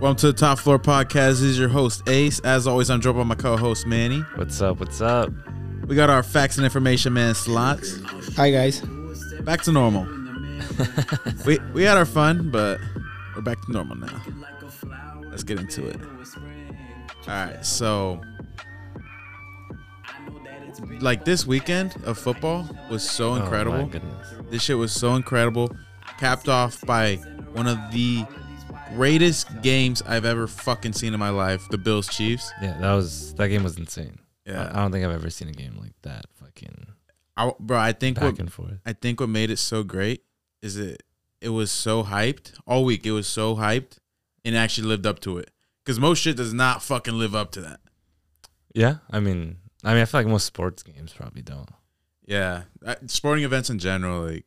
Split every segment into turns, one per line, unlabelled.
Welcome to the Top Floor Podcast. This is your host, Ace. As always, I'm joined by my co host, Manny.
What's up? What's up? Oh,
We got our facts and information man slots.
Hi guys.
Back to normal. we, we had our fun, but we're back to normal now. Let's get into it. All right, so. Like this weekend of football was so
Oh, my
incredible.
goodness.
This shit was so incredible. Capped off by one of the greatest games I've ever fucking seen in my life. The Bills Chiefs.
Yeah, that was that game was insane.
Yeah.
I, I don't think I've ever seen a game like that. Fucking
I, bro, I think
back
what
and forth.
I think what made it so great is it it was so hyped all week. It was so hyped and it actually lived up to it. Cause most shit does not fucking live up to that.
Yeah, I mean, I mean, I feel like most sports games probably don't.
Yeah, Uh, sporting events in general, like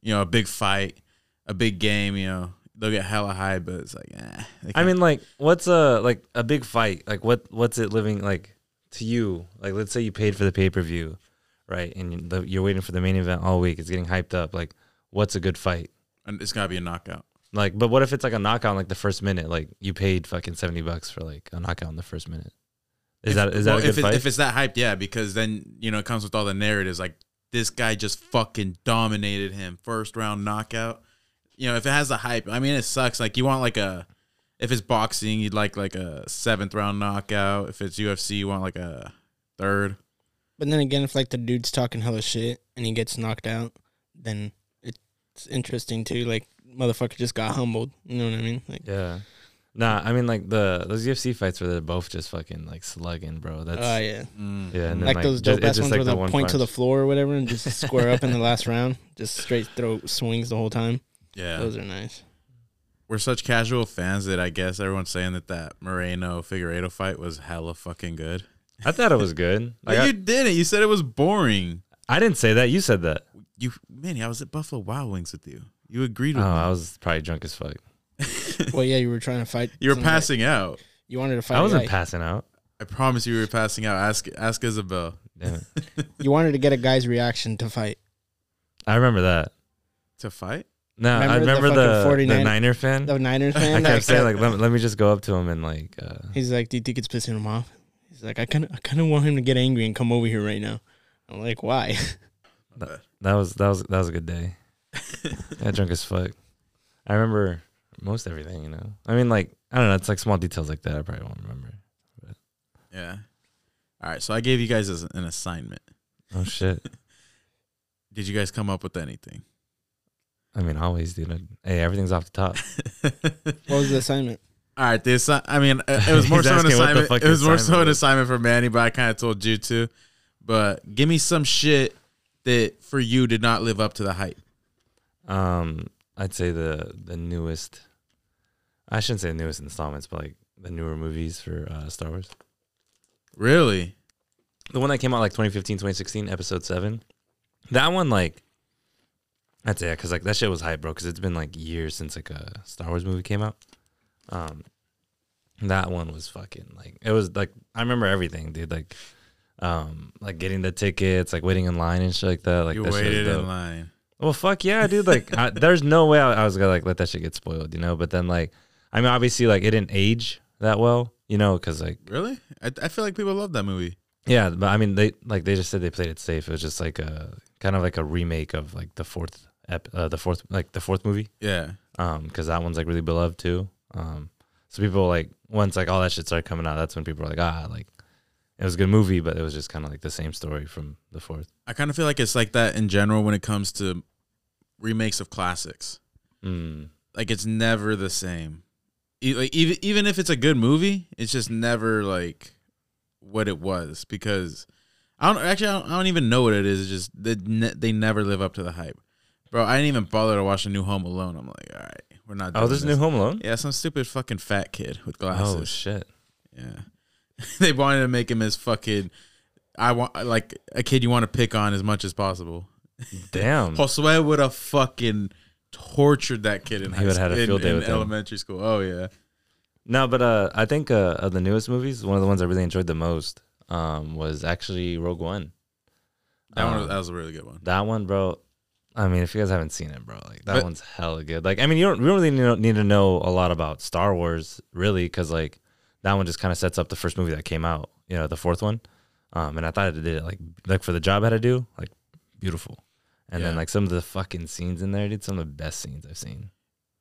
you know, a big fight, a big game, you know, they'll get hella high, but it's like, eh, they
I
can't-
mean, like, what's a like a big fight? Like, what what's it living like to you? Like, let's say you paid for the pay per view, right? And you, the, you're waiting for the main event all week. It's getting hyped up. Like, what's a good fight?
and it's gotta be a knockout.
Like, but what if it's like a knockout, in, like the first minute? Like, you paid fucking seventy bucks for like a knockout in the first minute.
If-
Is that is that
well,
a good
if, it-
fight?
if it's that hyped, yeah, because then you know it comes with all the narratives like this guy just fucking dominated him first round knockout. You know, if it has the hype, I mean, it sucks. Like you want like a if it's boxing, you'd like like a seventh round knockout. If it's UFC, you want like a third.
But then again, if like the dude's talking hella shit and he gets knocked out, then it's interesting too. Like motherfucker just got humbled. You know what I mean? Like
Yeah. Nah, I mean like the those UFC fights where they're both just fucking like slugging, bro.
oh
That's
yeah,
yeah, and then,
like, those
ju-
dope
it's
ass
just,
ones
like,
where
the
they
one
point to the
punch.
floor or whatever and just square up in the last round, just straight throw swings the whole time.
Yeah,
Those are nice.
we're such casual fans that I guess everyone's saying that that Moreno Figueredo fight was hella fucking good.
I thought it was good. Like,
But you didn't. You said it was boring.
I, I didn't say that. You said that.
You, Manny, I was at Buffalo Wild Wings with you. You agreed
Oh,
with
I was probably drunk as fuck.
me.
Well, yeah, you were trying to fight.
you were
some guy-
passing out.
You wanted to fight.
I
a
wasn't
guy-
passing out.
I promise you we were passing out. Ask ask Isabel.
Damn it.
you wanted to get a guy's reaction to fight.
I remember that.
to fight?
No, I
Remember
remember
the
the
fucking
the,
49
Niner fan.
The Niners
I
fan.
kept
that-
saying like, let, let me just go up to him and like, uh,
He's like, "Do you think it's pissing him off?" He's like, "I kind of, I kind of want him to get angry and come over here right now." I'm like, "Why?"
that was that was that was a good day. I drunk as fuck. I remember most everything. You know, I mean, like I don't know. It's like small details like that. I probably won't remember.
yeah. All right. So I gave you guys as- an assignment.
Oh shit.
Did you guys come up with anything?
I mean, always, dude. Hey, everything's off the top.
What was the assignment?
All right. The assi- I mean, uh, it was more
He's
so an
asking what the
assignment.
fuck
It was
the
more so
assignment
an
was.
assignment for Manny, but I kind of told you to. But give me some shit that for you did not live up to the hype.
Um, I'd say the the newest. I shouldn't say newest installments, but like the newer movies for uh, Star Wars.
Really?
The one that came out like 2015, 2016, Episode Seven. That one, like, I'd say because like that shit was hype, bro. Because it's been like years since like a Star Wars movie came out. Um, that one was fucking like it was like I remember everything, dude. Like, um, like getting the tickets, like waiting in line and shit like that. Like
you
that shit was
waited
dope.
in line.
Well, fuck yeah, dude. Like, I, there's no way I, I was gonna like let that shit get spoiled, you know. But then, like, I mean, obviously, like it didn't age that well, you know, because like,
Really? I, I feel like people love that movie.
yeah. But I mean, they like they just said they played it safe. It was just like a kind of like a remake of like the fourth, ep- uh, the fourth, like the fourth movie,
Yeah.
um, because that one's like really beloved too. Um, so people like once like all that shit started coming out, that's when people were like, ah, like it was a good movie, but it was just kind of like the same story from the fourth.
I kind of feel like it's like that in general when it comes to remakes of classics.
Mm.
like it's never the same. E- Like even even if it's a good movie, it's just never like what it was because I don't actually I don't, I don't even know what it is. It's just they ne- they never live up to the hype, bro. I didn't even bother to watch the new Home Alone. I'm like, all right, we're not. Doing
Oh, there's a
this.
new Home Alone.
Yeah, some stupid fucking fat kid with
Oh
glasses.
shit.
yeah, they wanted to make him as fucking. I want like a kid you want to pick on as much as possible.
Damn.
Josue Mm. would have fucking tortured that kid in
He
high
would've
school,
had a field
in,
day
in
with him.
elementary school. Oh yeah,
No, but uh, I think uh, of the newest movies, one of the ones I really enjoyed the most um, was actually Rogue One.
that one
Um,
that was a really good one.
That one, bro. I mean, if you guys haven't seen it, bro, like that
But-
one's hella good. Like, I mean, you don't you don't really need to- need to know a lot about Star Wars, really, because like that one just kind of sets up the first movie that came out. You know, the fourth one. Um, and I thought it did it like like for the job I had to do, like beautiful. And then
Yeah.
like some of the fucking scenes in there, dude, some of the best scenes I've seen.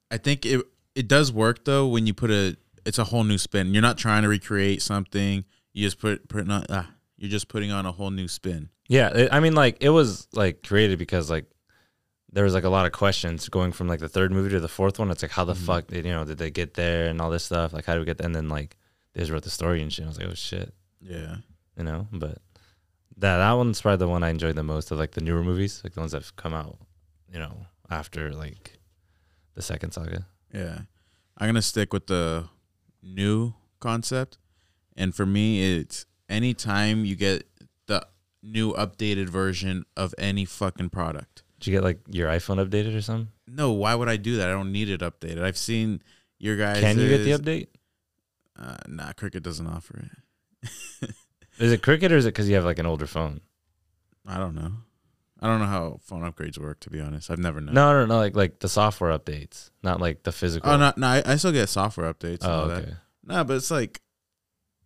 I think it it does work though when you put a it's a whole new spin. You're not trying to recreate something. You just put put on ah, you're just putting on a whole new spin.
Yeah, it, I mean, like it was like created because like there was like a lot of questions going from like the third movie to the fourth one. It's like how the
Mhm.
fuck did you know did they get there and all this stuff? Like how do we get there? And then like they just wrote the story and shit. I was like, oh shit,
Yeah.
you know. But that that one's probably the one I enjoyed the most of like the newer movies, like the ones that've come out, you know, after like the second saga.
Yeah. I'm going to stick with the new concept. And for me, it's anytime you get the new updated version of any fucking product.
Did you get like your iPhone updated or something?
No, why would I do that? I don't need it updated. I've seen your guys.
Can you get the update?
Uh, nah, Cricket doesn't offer it.
Is it Cricket or is it because you have like an older phone?
I don't know. I don't know how phone upgrades work, to be honest. I've never known.
No, no, no. Like like the software updates, not like the physical.
Oh, no, no I, I still get software updates. and all
Oh,
that.
okay.
No, but it's like,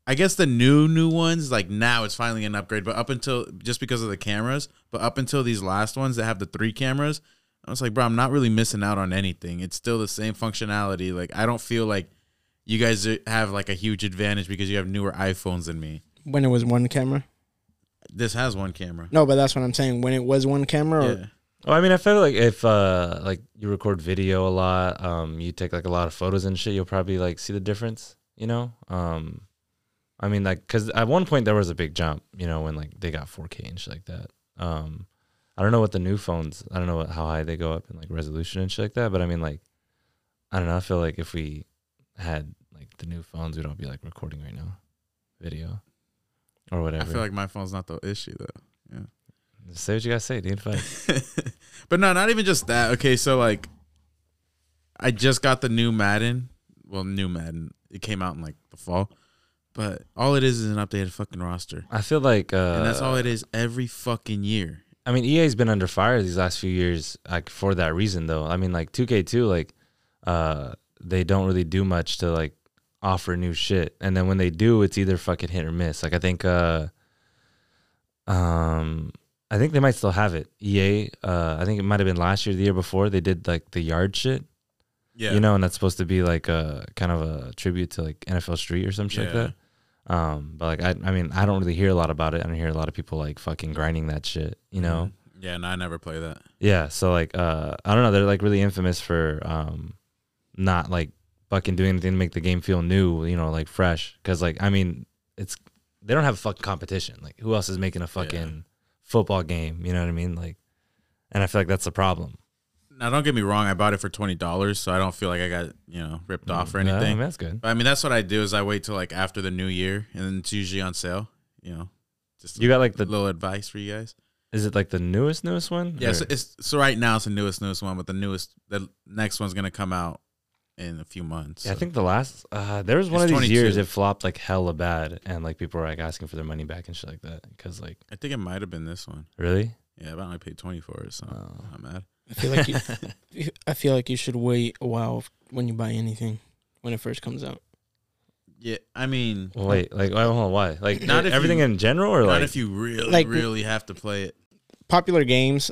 I guess the new new ones like now it's finally an upgrade. But up until just because of the cameras, but up until these last ones that have the three cameras, I was like, bro, I'm not really missing out on anything. It's still the same functionality. Like I don't feel like you guys are- have like a huge advantage because you have newer iPhones than me.
When it was one camera.
This has one camera.
No, but that's what I'm saying. When it was one camera, or,
Yeah.
Well, I mean, I feel like if uh like you record video a lot, um, you take like a lot of photos and shit, you'll probably like see the difference, you know. Um, I mean, like, cause at one point there was a big jump, you know, when like they got 4K and shit like that. Um, I don't know what the new phones, I don't know what, how high they go up in like resolution and shit like that, but I mean, like, I don't know. I feel like if we had like the new phones, we'd all be like recording right now, video or whatever.
I feel like my phone's not the issue though.
say what you gotta say, dude. Fuck.
but no, not even just that. Okay, so like, I just got the new Madden. Well, new Madden. It came out in like the fall, but all it is is an updated fucking roster,
I feel like uh,
and that's all it is every fucking year.
I mean, EA's been under fire these last few years, like for that reason though. I mean, like 2K2, like uh, they don't really do much to like offer new shit, and then when they do, it's either fucking hit or miss. Like I think, uh, um, I think they might still have it. EA, uh, I think it might have been last year, the year before, they did like the yard shit,
Yeah,
you know, and that's supposed to be like a kind of a tribute to like NFL Street or some shit
Yeah.
like that. Um, but like I, I mean, I don't really hear a lot about it. I don't hear a lot of people like fucking grinding that shit, you know.
Mm-hmm. Yeah, no, I never play that.
Yeah, so like uh I don't know, they're like really infamous for um not like fucking doing anything to make the game feel new, you know, like fresh cuz like I mean, it's they don't have fucking competition. Like who else is making a fucking football game, you know what I mean? Like and I feel like that's the problem.
Now, don't get me wrong. I bought it for twenty dollars, so I don't feel like I got you know ripped off or
Yeah, I
anything.
mean, that's good.
But I mean, that's what I do is I wait till like after the new year, and then it's usually on sale. You know, just
You got like
a
the
little advice for you guys.
is it like the newest newest one?
Yeah,
Or-
so it's so right now it's the newest newest one, but the newest the next one's gonna come out in a few months.
Yeah, I
so.
think the last uh, there was one
It's
of these years
22.
it flopped like hella bad, and like people were like asking for their money back and shit like that. Because like,
I think it might have been this one.
really?
Yeah, but I only paid twenty for it, so
Oh.
I'm mad.
I feel like you, I feel like you should wait a while when you buy anything when it first comes out.
Yeah, I mean,
Well, Wait, like, why- hold on, why? Like,
Not
not
if
everything
you-
in general, or
not
like,
if you really
Like-
really have to play it.
Popular games,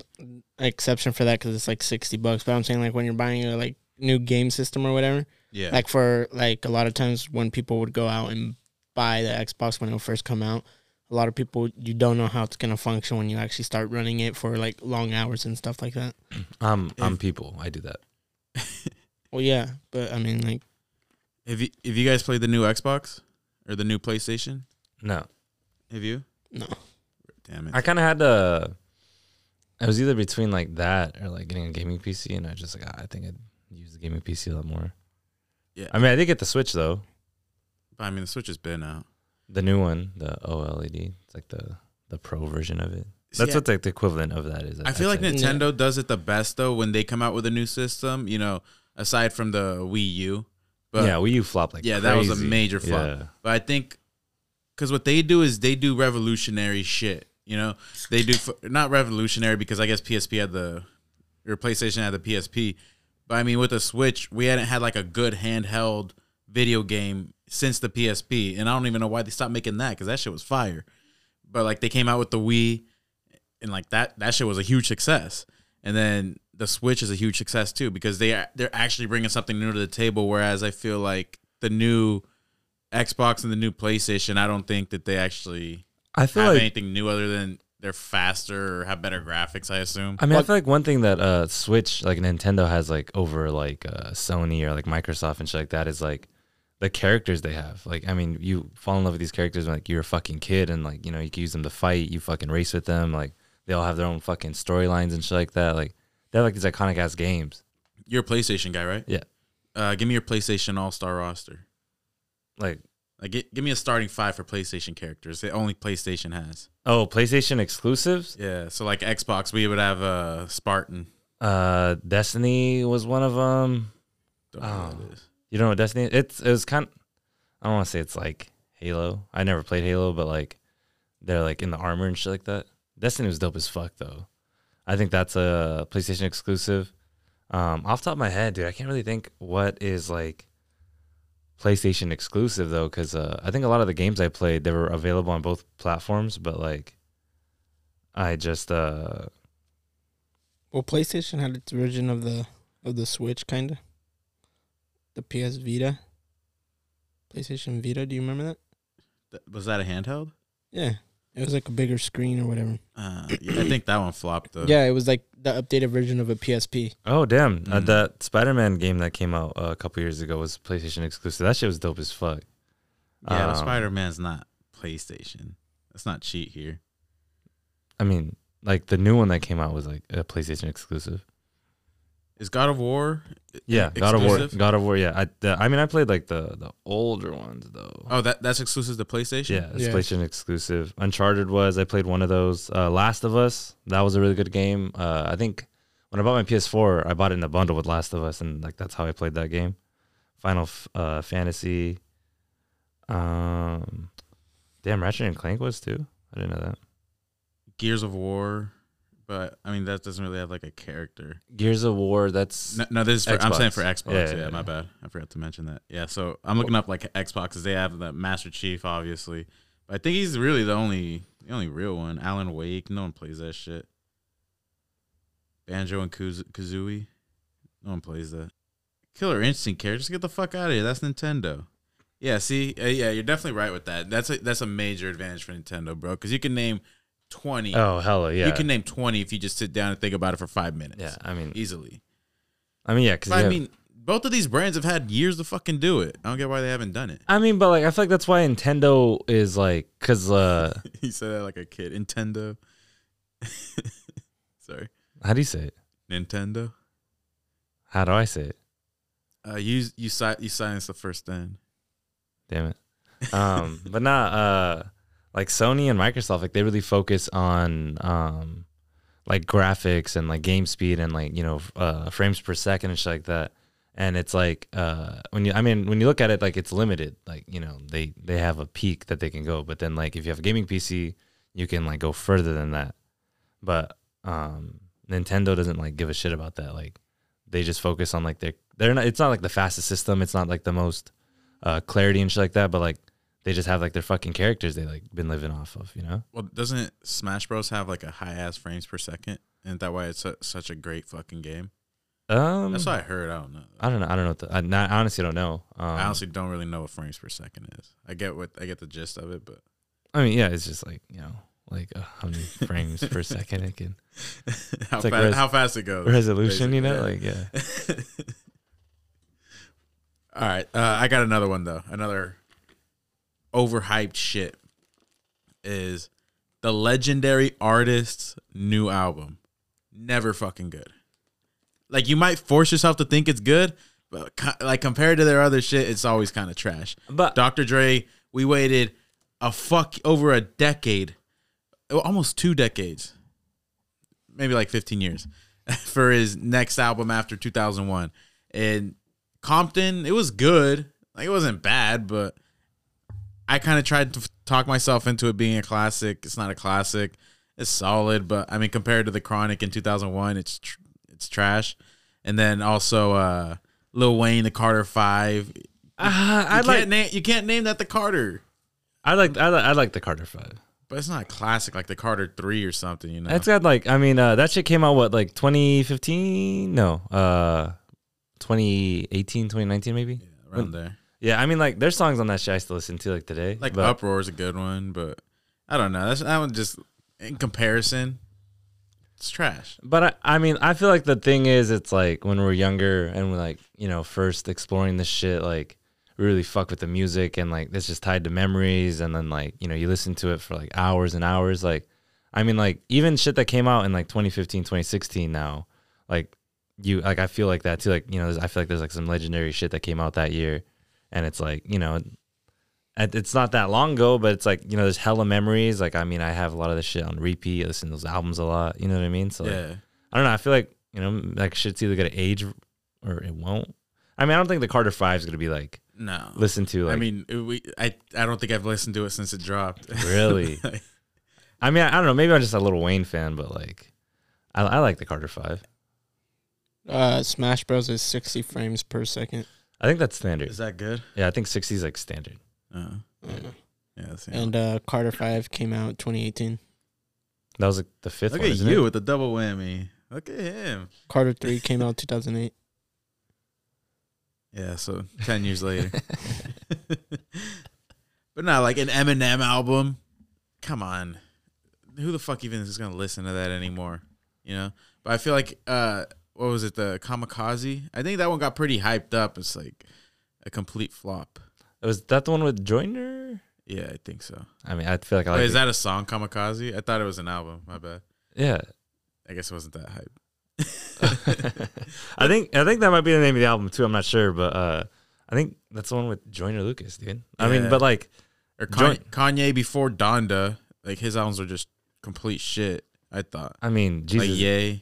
exception for that because it's like sixty bucks. But I'm saying like when you're buying a like new game system or whatever.
Yeah,
Like for like a lot of times when people would go out and buy the Xbox when it would first come out, a lot of people you don't know how it's gonna function when you actually start running it for like long hours and stuff like that.
I'm, I'm
if-
people. I do that.
Well, yeah, but I mean like
have you have you guys played the new Xbox or the new PlayStation?
No,
Have you?
no.
Damn it!
I kind of had to. I was either between like that or like getting a gaming PC, and I just like, ah, I think I'd use the gaming PC a lot more.
Yeah.
I mean, I did get the Switch though,
I mean, the Switch has been out.
the new one, the OLED. It's like the the pro version of it.
See,
That's what like the equivalent of that is.
I feel like
I'd say.
Nin-
Nintendo does it the best though when they come out with a new system. You know, aside from the Wii U, but
yeah, Wii U flop like
yeah, that was a
crazy.
major flop.
Yeah.
But I think because what they do is they do revolutionary shit. You know, they do f- not revolutionary because I guess PSP had the or PlayStation had the PSP. But I mean, with the Switch, we hadn't had like a good handheld video game since the PSP, and I don't even know why they stopped making that because that shit was fire. But like they came out with the Wii, and like that that shit was a huge success. And then the Switch is a huge success too because they are- they're actually bringing something new to the table. Whereas I feel like the new Xbox and the new PlayStation, I don't think that they actually
I feel
have
like
anything new other than they're faster or have better graphics. I assume.
I mean, I feel like one thing that uh, Switch, like Nintendo, has like over like uh, Sony or like Microsoft and shit like that is like the characters they have. Like, I mean, you fall in love with these characters when like you're a fucking kid and like you know you can use them to fight. You fucking race with them. Like they all have their own fucking storylines and shit like that. Like they have like these iconic ass games.
You're a PlayStation guy, right?
Yeah.
Uh, give me your PlayStation All Star roster.
Like
Like, gi- give me a starting five for PlayStation characters. The only PlayStation has.
oh, PlayStation exclusives.
Yeah. So like Xbox, we would have uh Spartan.
Uh, Destiny was one of them.
Don't know who
Oh.
that is.
You don't know what Destiny? is? It's it was kind. I don't want to say it's like Halo. I never played Halo, but like they're like in the armor and shit like that. Destiny was dope as fuck though. I think that's a PlayStation exclusive. Um, off the top of my head, dude, I can't really think what is like PlayStation exclusive though, because uh, I think a lot of the games I played they were available on both platforms, but like I just uh
Well, PlayStation had its version of the of the Switch, kind of. The PS Vita. PlayStation Vita. Do you remember that?
Th- Was that a handheld?
Yeah, it was like a bigger screen or whatever.
Uh, yeah, I think that one flopped though.
yeah, it was like the updated version of a PSP.
Oh damn! Uh,
Mm.
that Spider-Man game that came out uh, a couple years ago was PlayStation exclusive. That shit was dope as fuck.
Yeah.
Um,
Spider Man's not PlayStation. Let's not cheat here.
I mean, like the new one that came out was like a PlayStation exclusive.
Is God of War?
Yeah, God of War.
E-, exclusive?
God of War. Yeah, I, the, I mean, I played like the the older ones though.
Oh, that that's exclusive to PlayStation.
yeah, it's
Yeah.
PlayStation exclusive. Uncharted was. I played one of those. Uh, Last of Us. That was a really good game. Uh, I think when I bought my PS4, I bought it in a bundle with Last of Us, and like that's how I played that game. Final F- uh, Fantasy. Um, damn, Ratchet and Clank was too. I didn't know that.
Gears of War, but I mean that doesn't really have like a character.
Gears of War. That's
No, no this is for I'm saying
Xbox.
for Xbox.
Yeah,
Yeah,
yeah,
my
yeah.
bad. I forgot to mention that. Yeah, so I'm looking up like Xboxes. They have the Master Chief, obviously, but I think he's really the only the only real one. Alan Wake. No one plays that shit. Banjo and Kaz- Kazooie. No one plays that. Killer Instinct characters. Get the fuck out of here. That's Nintendo. Yeah, see, uh, yeah, you're definitely right with that. That's a that's a major advantage for Nintendo, bro, because you can name twenty.
oh hella yeah.
You can name 20 if you just sit down and think about it for five minutes.
yeah, I mean,
Easily.
I mean, yeah, because
But I mean, both of these brands have had years to fucking do it. I don't get why they haven't done it.
I mean, but like, I feel like that's why Nintendo is like, because uh,
he said that like a kid. Nintendo. Sorry.
how do you say it?
Nintendo.
How do I say it?
Uh, you you si- you silenced the first then.
Damn it. Um, but nah, uh, like Sony and Microsoft, like they really focus on um, like graphics and like game speed and like you know f- uh, frames per second and shit like that. And it's like uh, when you, I mean, when you look at it, like it's limited. Like you know, they they have a peak that they can go, but then like if you have a gaming PC, you can like go further than that. But um, Nintendo doesn't like give a shit about that. Like they just focus on like their they're not. It's not like the fastest system. It's not like the most uh, clarity and shit like that. But like they just have like their fucking characters they like been living off of, you know?
Well, doesn't Smash Bros have like a high ass frames per second? Isn't that why it's su- such a great fucking game?
Um,
That's what I heard. I don't know.
I don't know. I don't know. What the, I, not, I honestly don't know. Um,
I honestly don't really know what frames per second is. I get what I get the gist of it, but
I mean, yeah, it's just like you know, like uh, how many frames per second it can
how,
It's like
fast,
res-
how fast it goes.
resolution, you know?
basically,
Like yeah,
All right, uh, I got another one though. Another overhyped shit is the legendary artist's new album. Never fucking good. Like you might force yourself to think it's good, but co- like compared to their other shit, it's always kind of trash.
but
Dr. Dre, we waited a fuck over a decade, oh, almost two decades, maybe like 15 years for his next album after 2001. And Compton, it was good. Like it wasn't bad, but I kind of tried to f- talk myself into it being a classic. It's not a classic. It's solid, but I mean compared to The Chronic in 2001, it's tr- it's it's trash. And then also uh, Lil Wayne, the Carter Five. You
Uh, I
can't
like,
name you can't name that the Carter,
I like, I like, I like the Carter Five.
but it's not classic like the Carter Three or something. You know,
It's got like, I mean, uh, that shit came out what, like 2015? No, uh, 2018, 2019 maybe.
around there.
Yeah, I mean, like, there's songs on that shit I still listen to like today.
Like
but-
Uproar is a good one, but I don't know. That's that one just in comparison, it's trash.
But I, I mean, I feel like the thing is, it's like when we're younger and we're like, you know, first exploring this shit, like we really fuck with the music and like this is tied to memories. And then like, you know, you listen to it for like hours and hours. Like, I mean, like even shit that came out in like 2015, 2016 now, like you, like I feel like that too. Like, you know, there's, I feel like there's like some legendary shit that came out that year. And it's like, you know, it- it's not that long ago, but it's like, you know, there's hella memories. Like, I mean, I have a lot of this shit on repeat. I listen to those albums a lot. You know what I mean? So, like,
yeah,
I don't know. I feel like you know, like shit's either gonna age or it won't. I mean, I don't think the Carter Five is gonna be like
no.
listened to. Like,
I mean, it- we I I don't think I've listened to it since it dropped.
Really? I mean, I, don't know. Maybe I'm just a little Wayne fan, but like, I, I like the Carter Five.
Uh, Smash Bros is 60 frames per second.
I think that's standard.
is that good?
Yeah, I think 60 is like standard.
Uh,
I don't know.
yeah, that's- yeah.
And uh, Carter 5 came out 2018.
That was like the fifth
Look
one.
at
isn't
you
It?
with the double whammy. Look at him.
Carter 3 came out 2008.
Yeah, so ten years later. but not like an Eminem album. Come on, who the fuck even is gonna listen to that anymore? You know. But I feel like uh, what was it? The Kamikaze. I think that one got pretty hyped up. It's like a complete flop.
Was that the one with Joyner?
Yeah, I think so.
I mean, I feel like I like.
Wait, is
it.
that a song, Kamikaze? I thought it was an album. My bad.
yeah.
I guess it wasn't that hype.
I think I think that might be the name of the album too. I'm not sure, but uh, I think that's the one with Joyner Lucas, dude. I
Yeah.
mean, but like,
Or Kanye,
Joint.
Kanye before Donda, like his albums were just complete shit. I thought.
I mean, Jesus,
Like Yay,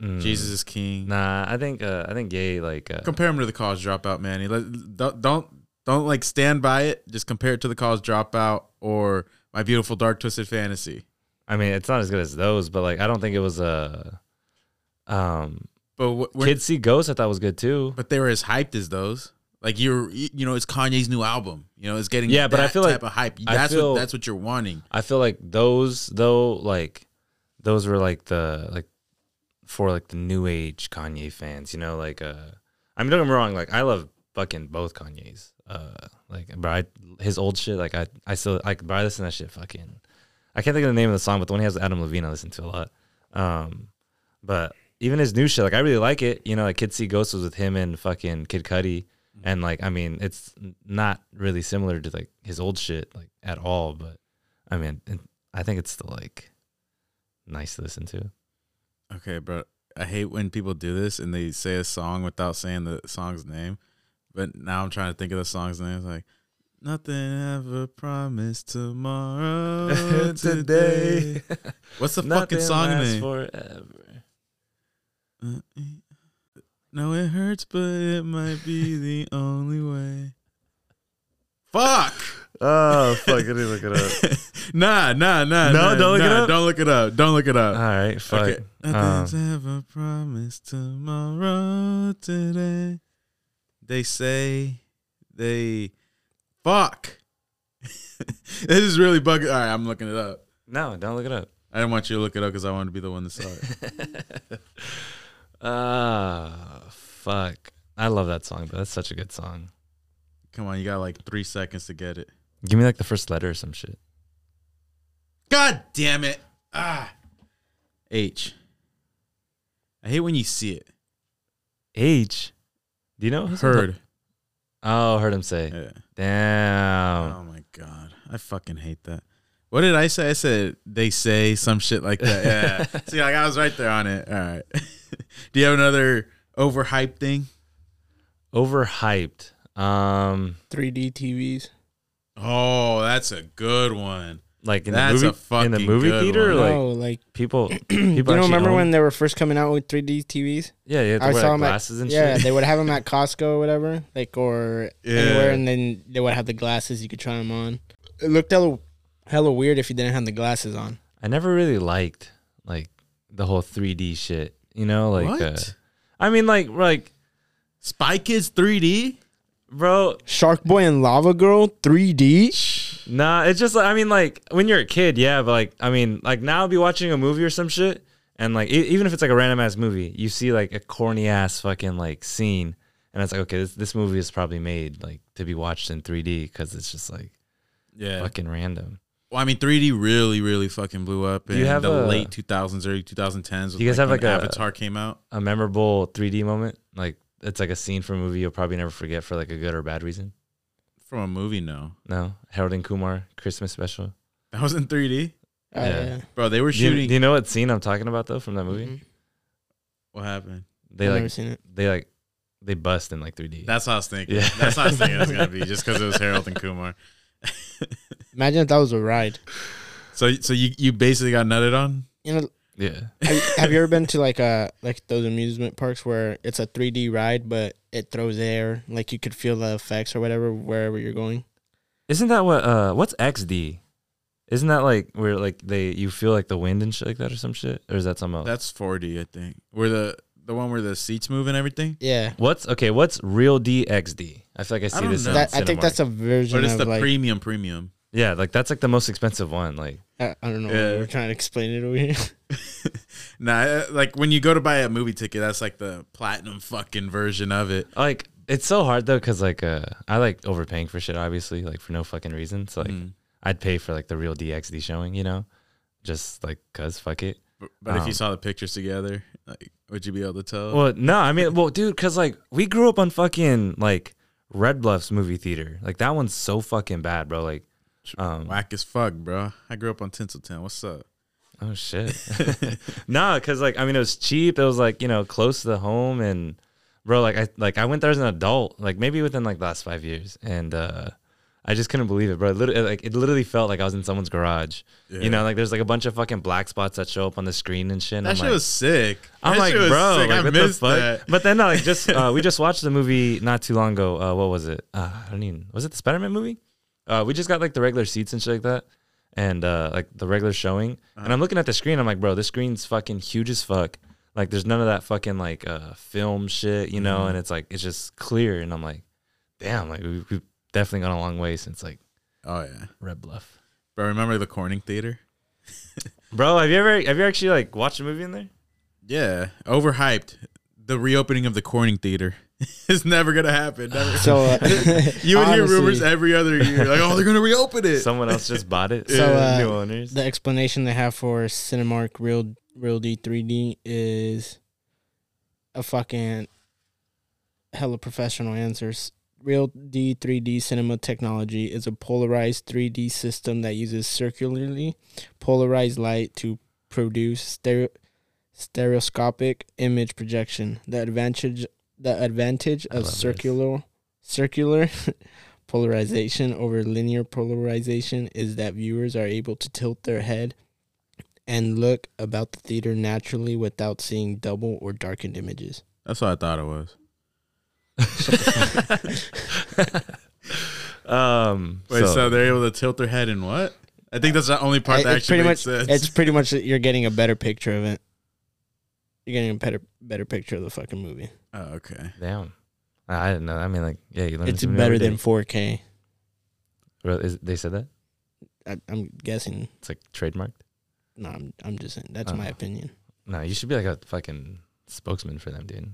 mm.
Jesus is King.
Nah, I think uh, I think Yay like uh,
Compare him to the college dropout, man. He let- Don't don't don't like stand by it. Just compare it to the college dropout or my beautiful dark twisted fantasy.
I mean it's not as good as those, but like I don't think it was a uh, um
But wh- we're,
Kids See Ghosts I thought was good too.
but they were as hyped as those. Like you're, y- you know, it's Kanye's new album. You know, it's getting
Yeah, but I
that
feel
type
like-
of hype.
I
That's
feel-
what that's what you're wanting.
I feel like those though like those were like the like for like the new age Kanye fans, you know, like uh I mean don't get me wrong, like I love fucking both Kanye's. Uh like but I his old shit, like I I still I but I listen to that shit fucking I can't think of the name of the song, but the one he has with Adam Levine I listen to a lot. Um but even his new shit, like I really like it. You know, like Kid See Ghost was with him and fucking Kid Cudi. And like I mean, it's n- not really similar to like his old shit like at all, but I mean, it- I think it's still like nice to listen to.
Okay, bro. I hate when people do this and they say a song without saying the song's name. But now I'm trying to think of the song's name. It's like nothing ever promised tomorrow today. What's the fucking song name?
forever.
Uh, no, it hurts, but it might be the only way. Fuck.
Oh fuck! I didn't look it up.
Nah, nah, nah.
No,
nah,
don't look it
nah,
up?
Don't look it up. Don't look it up.
All right, fuck.
Okay. Nothing's ever promised tomorrow today. They say they fuck. this is really bug. All right, I'm looking it up.
No, don't look it up.
I didn't want you to look it up because I wanted to be the one to saw it.
Ah, fuck. I love that song, but that's such a good song.
Come on, you got like three seconds to get it.
Give me like the first letter or some shit.
God damn it! Ah, H. I hate when you see it.
H. Do you know? who's-
Heard.
Oh, heard him say.
Yeah.
Damn.
Oh my god, I fucking hate that. What did I say? I said they say some shit like that. Yeah. See, like I was right there on it. All right. Do you have another overhyped thing?
Overhyped. Um,
3D TVs.
Oh, that's a good one.
like in
That's a
the movie in the
fucking
movie
good
theater,
one.
like
no, like,
people. people
you don't
actually
remember
own-
when they were first coming out with 3D TVs?
Yeah, yeah.
I
I
saw
saw
'em at-
glasses and
Yeah,
shit.
they would have them at Costco or whatever, like, or
Yeah.
anywhere, and then they would have the glasses. You could try them on. It looked hella, hella weird if you didn't have the glasses on.
I never really liked like the whole 3D shit. You know, like
what?
Uh, I mean, like, like,
Spy Kids 3D.
bro,
Shark Boy and Lava Girl 3D.
Nah, it's just like I mean, like when you're a kid, yeah, but like I mean, like now I'll be watching a movie or some shit, and like e- even if it's like a random ass movie, you see like a corny ass fucking like scene, and it's like okay, this this movie is probably made like to be watched in 3D because it's just like
Yeah.
fucking random.
Well, I mean, 3D really, really fucking blew up in
Do you have
the
a-
late 2000s, early 2010s. with,
You guys have,
when
like, a-
Avatar came out.
A memorable 3D moment, like it's like a scene from a movie you'll probably never forget for like a good or bad reason.
From a movie, no.
No, Harold and Kumar Christmas special.
That was in 3D.
Oh,
Yeah.
yeah.
Bro, they were
Do you,
shooting.
do you know what scene I'm talking about though from that movie?
Mhm.
What happened?
They
I've
like
never seen it.
they like they bust in like 3D.
That's what I was thinking.
Yeah.
That's what I was thinking it was going to be, just because it was Harold and Kumar.
Imagine if that was a ride.
So so you, you basically got nutted on?
You know,
yeah.
have, have you ever been to like a like those amusement parks where it's a 3D ride, but it throws air, like you could feel the effects or whatever wherever you're going.
Isn't that what uh what's XD? Isn't that like where like they you feel like the wind and shit like that or some shit? Or is that something else?
That's 4D, I think. Where the the one where the seats move and everything?
Yeah,
what's okay, what's real DXD? I feel like I see
don't
this
know.
in
that, I think
Cinemark.
that's a version
Or just
of
the
like
premium, premium.
Yeah, like that's like the most expensive one. Like
I, I don't know.
Yeah.
We're trying to explain it over here.
Nah, uh, like when you go to buy a movie ticket, that's like the platinum fucking version of it.
like it's so hard though cuz like uh I like overpaying for shit obviously, like for no fucking reason. So like
Mm.
I'd pay for like the real DXD showing, you know? Just like cuz fuck it.
But, but if you
Um,
saw the pictures together, like, would you be able to tell?
Well, no, I mean, well, dude, because like we grew up on fucking like Red Bluffs movie theater. Like that one's so fucking bad, bro. Like, um,
Whack as fuck, bro. I grew up on Tinseltown. What's up?
oh shit, nah, because like I mean, it was cheap. It was like you know close to the home, and bro, like I like I went there as an adult, like maybe within like the last five years, and uh I just couldn't believe it, bro. It literally, like it literally felt like I was in someone's garage.
Yeah.
You know, like there's like a bunch of fucking black spots that show up on the screen and shit. and
That
I'm
shit
like,
was sick.
I'm
That
like,
shit was
bro,
sick.
like,
I
what the
missed
fuck?
that.
But then, no, like, just uh, we just watched the movie not too long ago. Uh, what was it? Uh, I don't even. Was it the Spider Man movie? Uh, we just got like the regular seats and shit like that, and uh, like the regular showing.
Uh-huh.
And I'm looking at the screen. I'm like, bro, this screen's fucking huge as fuck. Like, there's none of that fucking like uh, film shit, you
Mm-hmm.
know. And it's like it's just clear. And I'm like, damn, like we, we've definitely gone a long way since like
Oh yeah,
Red Bluff.
bro. Remember the Corning Theater?
Bro, have you ever have you actually like watched a movie in there?
Yeah, overhyped. The reopening of the Corning Theater is never gonna happen. Never.
So uh,
you would hear
honestly,
rumors every other year, like, "Oh, they're gonna reopen it."
Someone else just bought it.
So, uh,
new owners.
The explanation they have for Cinemark Real Real D 3D is a fucking hella professional answers. Real D 3D cinema technology is a polarized 3D system that uses circularly polarized light to produce stereo stereoscopic image projection. The advantage the advantage
I
of
love this.
circular circular polarization over linear polarization is that viewers are able to tilt their head and look about the theater naturally without seeing double or darkened images.
That's what I thought it was.
um,
Wait, so, they're able to tilt their head in what? I think that's the only part
I-
that
it's
actually
pretty much
makes sense.
it's pretty much that you're getting a better picture of it. You're getting a better better picture of the fucking movie.
oh, okay.
damn, I I didn't know. I mean, like, yeah, you learn.
It's
something
better
every
than
day.
4K.
Well, is- they said that
I, I'm guessing.
it's like trademarked.
No, I'm I'm just saying that's my
Uh-huh.
opinion.
No, you should be like a fucking spokesman for them, dude.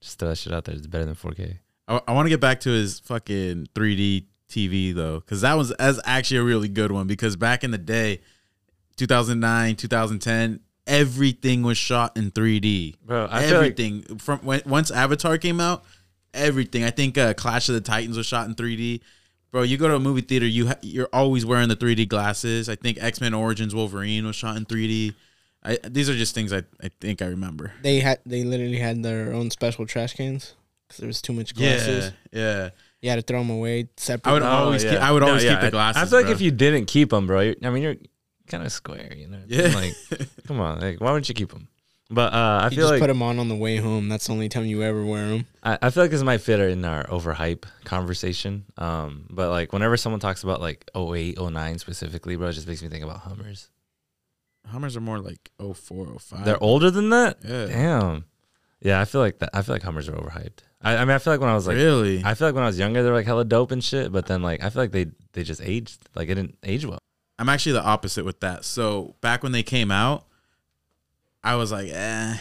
Just throw that shit out there. It's better than 4K.
I, I want to get back to his fucking 3D TV though, because that was that's actually a really good one. Because back in the day, 2009, 2010, everything was shot in 3D.
Bro, I feel like
everything from when, once Avatar came out, everything. I think uh, Clash of the Titans was shot in 3D. Bro, you go to a movie theater, you ha- you're always wearing the 3D glasses. I think X Men Origins Wolverine was shot in 3D. I, these are just things I, I think I remember.
They had they literally had their own special trash cans because there was too much glasses.
Yeah, yeah.
You had to throw them away separate.
I would
Oh,
always keep,
yeah.
I would
No,
always
yeah,
keep the glasses.
I feel like
bro.
if you didn't keep them, bro, you're, I mean, you're kind of square, you know.
Yeah.
Like, come on, like, why wouldn't you keep them? But uh, I
you
feel
just
like
put them on on the way home. That's the only time you ever wear them.
I, I feel like this might fit in our overhype conversation. Um, but like whenever someone talks about like 08, 09 specifically, bro, it just makes me think about Hummers.
Hummers are more like 04, 05.
They're older than that?
Yeah.
Damn. Yeah, I feel like that. I feel like Hummers are overhyped. I, I mean, I feel like when I was like,
really? I,
I feel like when I was younger, they were like hella dope and shit. But then like, I feel like they they just aged. Like it didn't age well.
am actually the opposite with that. So back when they came out, I was like, eh,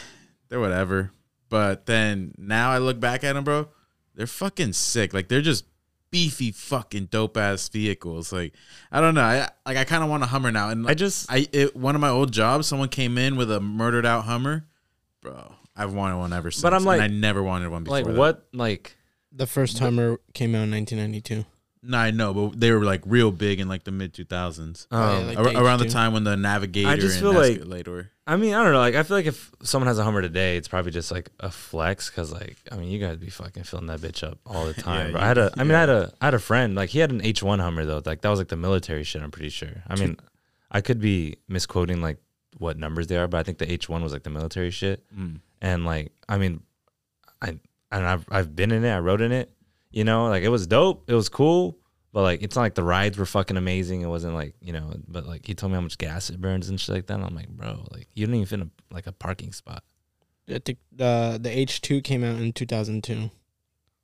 they're whatever. But then now I look back at them, bro. They're fucking sick. Like they're just beefy, fucking dope ass vehicles. Like I don't know. I like I kind of want a Hummer now. And
I just
I it, one of my old jobs, someone came in with a murdered out Hummer, bro. I've wanted one ever since.
I'm
and
like-
I never wanted one before.
like
that.
what like
The first Hummer came out in 1992.
No, I know, but they were like real big in like the mid two thousands,
Oh, yeah,
um,
like- they
around the
do.
time when the Navigator
I just
and
feel like-
Escalator.
I mean, I don't know. Like, I feel like if someone has a Hummer today, it's probably just like a flex because, like, I mean, you guys be fucking filling that bitch up all the
Yeah,
time. bro.
you-
I had a, I mean, I had a, I had a friend like he had an H one Hummer though. Like that was like the military shit. I'm pretty sure. I mean, I could be misquoting like what numbers they are, but I think the H one was like the military shit.
Mm.
And like, I mean, I, I don't know, I've, I've been in it. I rode in it. You know, like it was dope. It was cool. But like, it's not like the rides were fucking amazing. It wasn't like you know. But like, he told me how much gas it burns and shit like that. And I'm like, bro, like you don't even fit in a, like a parking spot.
I think the the H2 came out in 2002,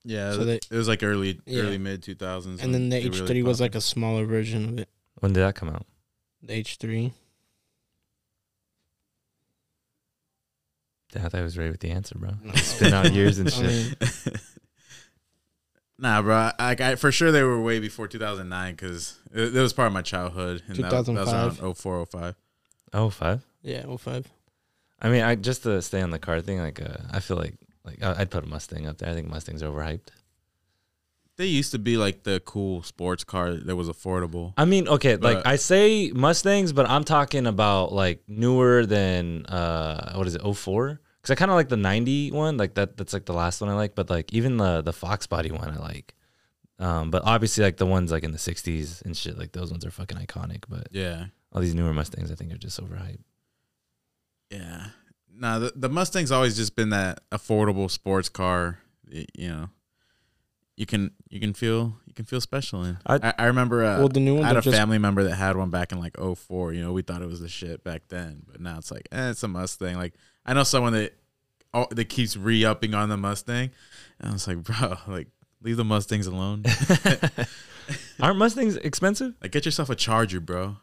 Yeah,
So
it was like early,
Yeah.
early mid two thousands,
and then the H3 was like a smaller version of it.
When did that come out?
The H3.
Damn, I thought I was ready with the answer, bro.
No.
It's been out years and
I
shit.
mean,
nah, bro. Like I for sure they were way before two thousand nine because it, it was part of my childhood. And that, that was
2005.
around 04, 05.
Oh, five.
yeah, 05.
I mean, I just to stay on the car thing. Like, uh, I feel like like I- I'd put a Mustang up there. I think Mustangs are overhyped.
They used to be like the cool sports car that was affordable.
I mean, okay, like
But-
I say Mustangs, but I'm talking about like newer than uh what is it, 04? Because I kind of like the 90 one, like that that's like the last one I like, but like even the the Fox body one I like. Um, but obviously like the ones like in the 60s and shit, like those ones are fucking iconic, but
Yeah,
all these newer Mustangs I think are just overhyped.
yeah. Nah, the, the Mustang's always just been that affordable sports car. y- You know, you can you can feel you can feel special in.
I-
I, I, remember. Uh,
well, the new
I
ones
had
are
a
just
family member that had one back in like 04. You know, we thought it was the shit back then, but now it's like, eh, it's a Mustang. Like, I know someone that oh, that keeps re upping on the Mustang, and I was like, bro, like, leave the Mustangs alone.
Aren't Mustangs expensive?
like, get yourself a Charger, bro,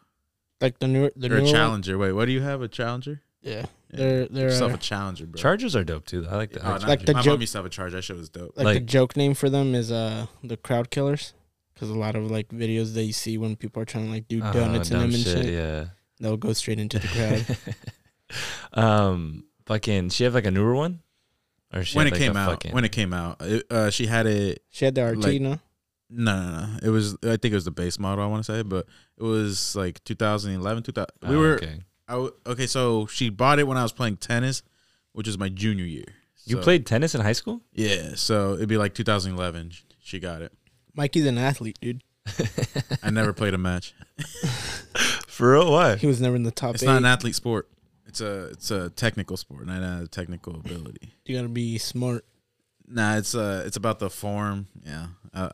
like the newer the
or a
newer
Challenger. Wait, what do you have? A Challenger?
Yeah,
Yeah.
they're they're
Get
uh,
yourself a
like
Challenger, bro.
Chargers are dope too. though. I like the
Oh,
I-
nah,
Like the
my
joke-
mom used to have a Charger. That shit was dope.
the
like-
joke name for them is uh the crowd killers because a lot of like videos that you see when people are trying to like do
Ah,
Oh,
donuts in
dumb
them and shit,
Yeah.
they'll go straight into the crowd.
um, fucking, she have like a newer one, or she
when
had,
it
like, a
came out,
fucking-
when it came out, it, uh, she had it
she had the RT,
Like-
no?
No, no, no. It was I think it was the base model I want to say, but it was like 2011, 2000. We
Oh,
were
okay.
I w- okay, so she bought it when I was playing tennis, which is my junior year.
You
So-
played tennis in high school?
Yeah, so it'd be like 2011. sh- She got it.
Mikey's an athlete, dude.
I never played a match.
For real? What?
He was never in the top
It's
eight.
not an athlete sport. It's a it's a technical sport, not a technical ability.
you gotta be smart.
Nah, it's uh it's about the form. Yeah. Uh,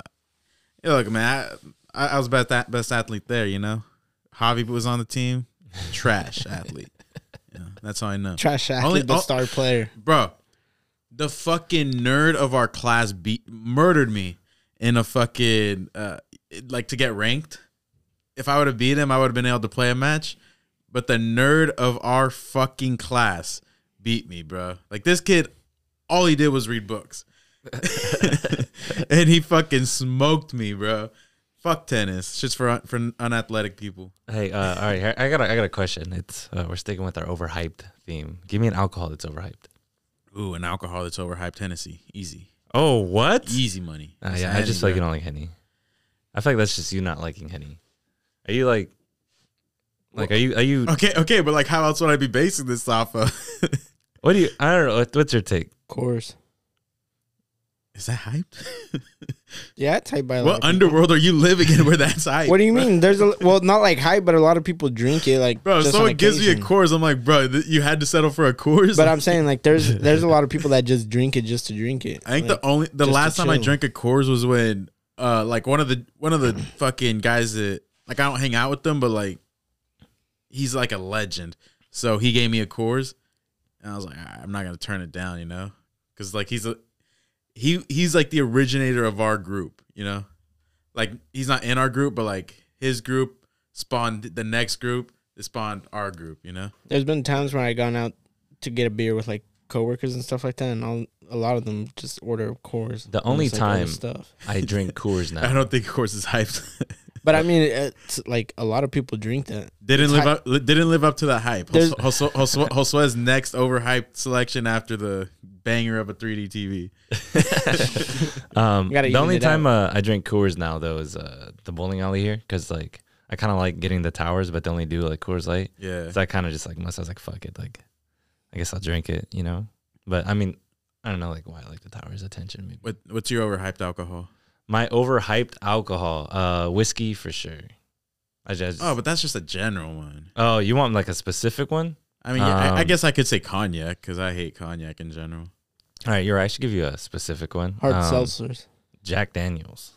yeah, look, man, I, I I was about that best athlete there. You know, Javi was on the team. Trash athlete. Yeah, that's all I know.
Trash athlete,
Only-
but
oh-
star player.
bro. The fucking nerd of our class beat murdered me in a fucking uh, like to get ranked. If I would have beat him, I would have been able to play a match. But the nerd of our fucking class beat me, bro. Like this kid, all he did was read books, and he fucking smoked me, bro. Fuck tennis. Shit's for for unathletic people.
Hey, uh, all right. here- I got a, I got a question. It's uh, we're sticking with our overhyped theme. Give me an alcohol that's overhyped.
Ooh, an alcohol that's overhyped. Tennessee, easy,
Oh, what?
easy money.
Ah,
It's
yeah, I
Henny,
just feel like you
bro.
don't like henny. I feel like that's just you not liking henny. Are you like, like, are you are you?
Okay, okay, but like, how else would I be basing this off of?
What do you? I don't know. What, what's your take?
Course.
Is that hyped?
Yeah, it's hype by a lot
what
of people.
underworld are you living in where that's hyped?
What do you mean? There's a well, not like hype, but a lot of people drink it. Like,
bro? If
just on
someone gives me a
occasion.
course. I'm like, bro, th- you had to settle for a course.
But I'm saying like there's there's a lot of people that just drink it just to drink it.
I think
Like,
the only the
just to
last time I
chill.
drank a Coors was when uh like one of the one of the fucking guys that like I don't hang out with them, but like he's "Ah, like a legend. So he gave me a Coors, and I was like, "All right, I'm not gonna turn it down, you know, because like he's a he he's like the originator of our group. You know, like he's not in our group, but like his group spawned the next group. It spawned our group. You know,
There's been times when I gone out to get a beer with like coworkers and stuff like that, and all, a lot of them just order Coors.
The
and
only
it's, like, all this
time-
stuff.
I drink Coors
I
now.
don't think Coors is hyped.
But I mean, it's like a lot of people drink that.
didn't
It's
live
hy-
up. li- Didn't live up to that hype.
There's-
Josue- Josue- Josue's next overhyped selection after the banger of a 3D TV.
Um,
You gotta
the only
even it
time uh, I drink Coors now though is uh, the bowling alley here because like I kind of like getting the towers, but they only do like Coors Light.
Yeah,
So I kind of just like must I was like fuck it, like I guess I'll drink it, you know. But I mean, I don't know like why I like the towers attention. Maybe
what, what's your overhyped alcohol?
my overhyped alcohol, uh, whiskey for sure. I just
Oh,
oh,
but that's just a general one.
you want like a specific one?
I mean, yeah, I, I
Um,
guess I could say cognac because I hate cognac in general.
All right, you're right. I should give you a specific one.
Hard
Um,
seltzers.
Jack Daniels.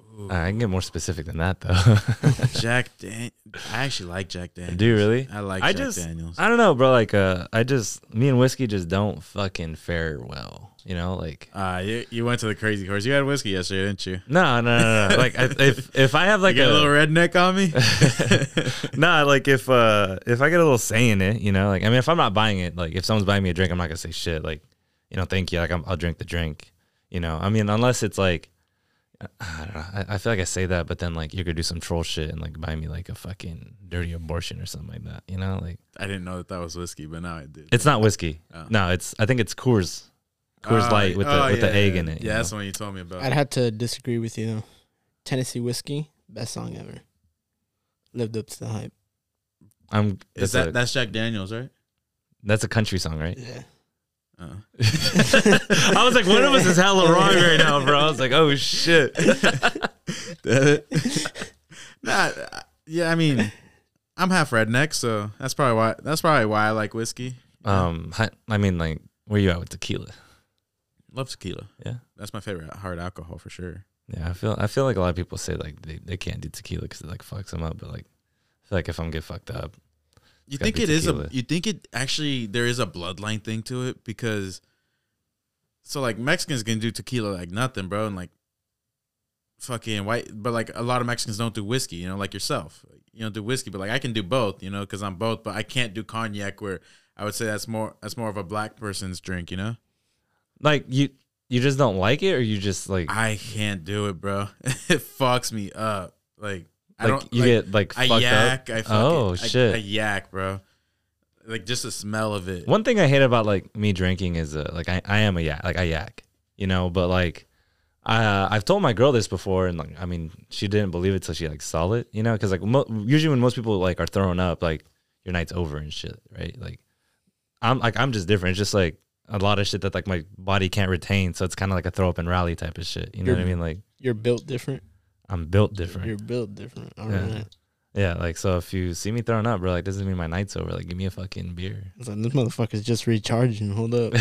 Ooh.
Uh, I can get more specific than that though.
Jack Dan. I actually like Jack Daniels.
Do you really?
I like
I
Jack
just-
Daniels.
I don't know, bro. Like, uh, I just me and whiskey just don't fucking fare well. You know, like
Uh, you, you went to the crazy course. You had whiskey yesterday, didn't you?
no, no, no, no. like I, if if I have like
you
a,
got a little redneck on me.
nah, like if uh if I get a little say in it, you know, like I mean, if I'm not buying it, like if someone's buying me a drink, I'm not gonna say shit. Like, you know, thank you. Like I'm, I'll drink the drink. You know, I mean, unless it's like. I don't know. I, I feel like I say that, but then like you're gonna do some troll shit and like buy me like a fucking dirty abortion or something like that. You know, like
I didn't know that that was whiskey, but now I did.
it's not whiskey.
Oh.
No, it's I think it's Coors. Coors
Oh,
Light with the
oh,
with
yeah,
the egg
yeah.
in it. you
Yeah, that's
know?
the one you told me about.
I'd have to disagree with you though. Tennessee whiskey, best song ever. Lived up to the hype.
I'm
Is
that's
that
a,
that's Jack Daniels, right?
that's a country song, right?
Yeah.
Uh,
I was like, one of us is hella wrong right now, bro. I was like, oh shit.
nah, uh, yeah. I mean, I'm half redneck, so that's probably why. That's probably why I like whiskey.
Um, hi- I mean, like, where you at with tequila?
Love tequila.
Yeah,
That's my favorite hard alcohol for sure.
yeah. I feel I feel like a lot of people say like they, they can't do tequila because it like fucks them up, but like, I feel like if I'm get fucked up,
You
gotta
think
be
it is a
tequila.
you think it actually there is a bloodline thing to it because so like Mexicans can do tequila like nothing, bro, and like fucking white but like a lot of Mexicans don't do whiskey, you know, like yourself. You don't do whiskey, but like I can do both, you know, cuz I'm both, but I can't do cognac where I would say that's more that's more of a black person's drink, you know?
like you you just don't like it, or you just like
I can't do it, bro. it fucks me up. Like I
like
don't
you
like,
get like
I
fucked up.
yak, I fucking,
Oh,
I-
shit.
I, yak, bro. Like just the smell of it.
One thing I hate about like me drinking is uh, like I, I am a yak, like I yak, you know. But like, uh, I've told my girl this before, and like I mean, she didn't believe it till she like saw it, you know. Because like mo- usually when most people like are throwing up, like your night's over and shit, right? Like I'm like I'm just different. It's just like a lot of shit that like my body can't retain, so it's kind of like a throw up and rally type of shit. You know what I mean? Like
You're built different.
I'm built different.
You're built different. All
Yeah.
right.
Yeah, like so if you see me throwing up, bro, like doesn't mean my night's over. Like give me a fucking beer.
It's like, this motherfucker's just recharging. Hold up.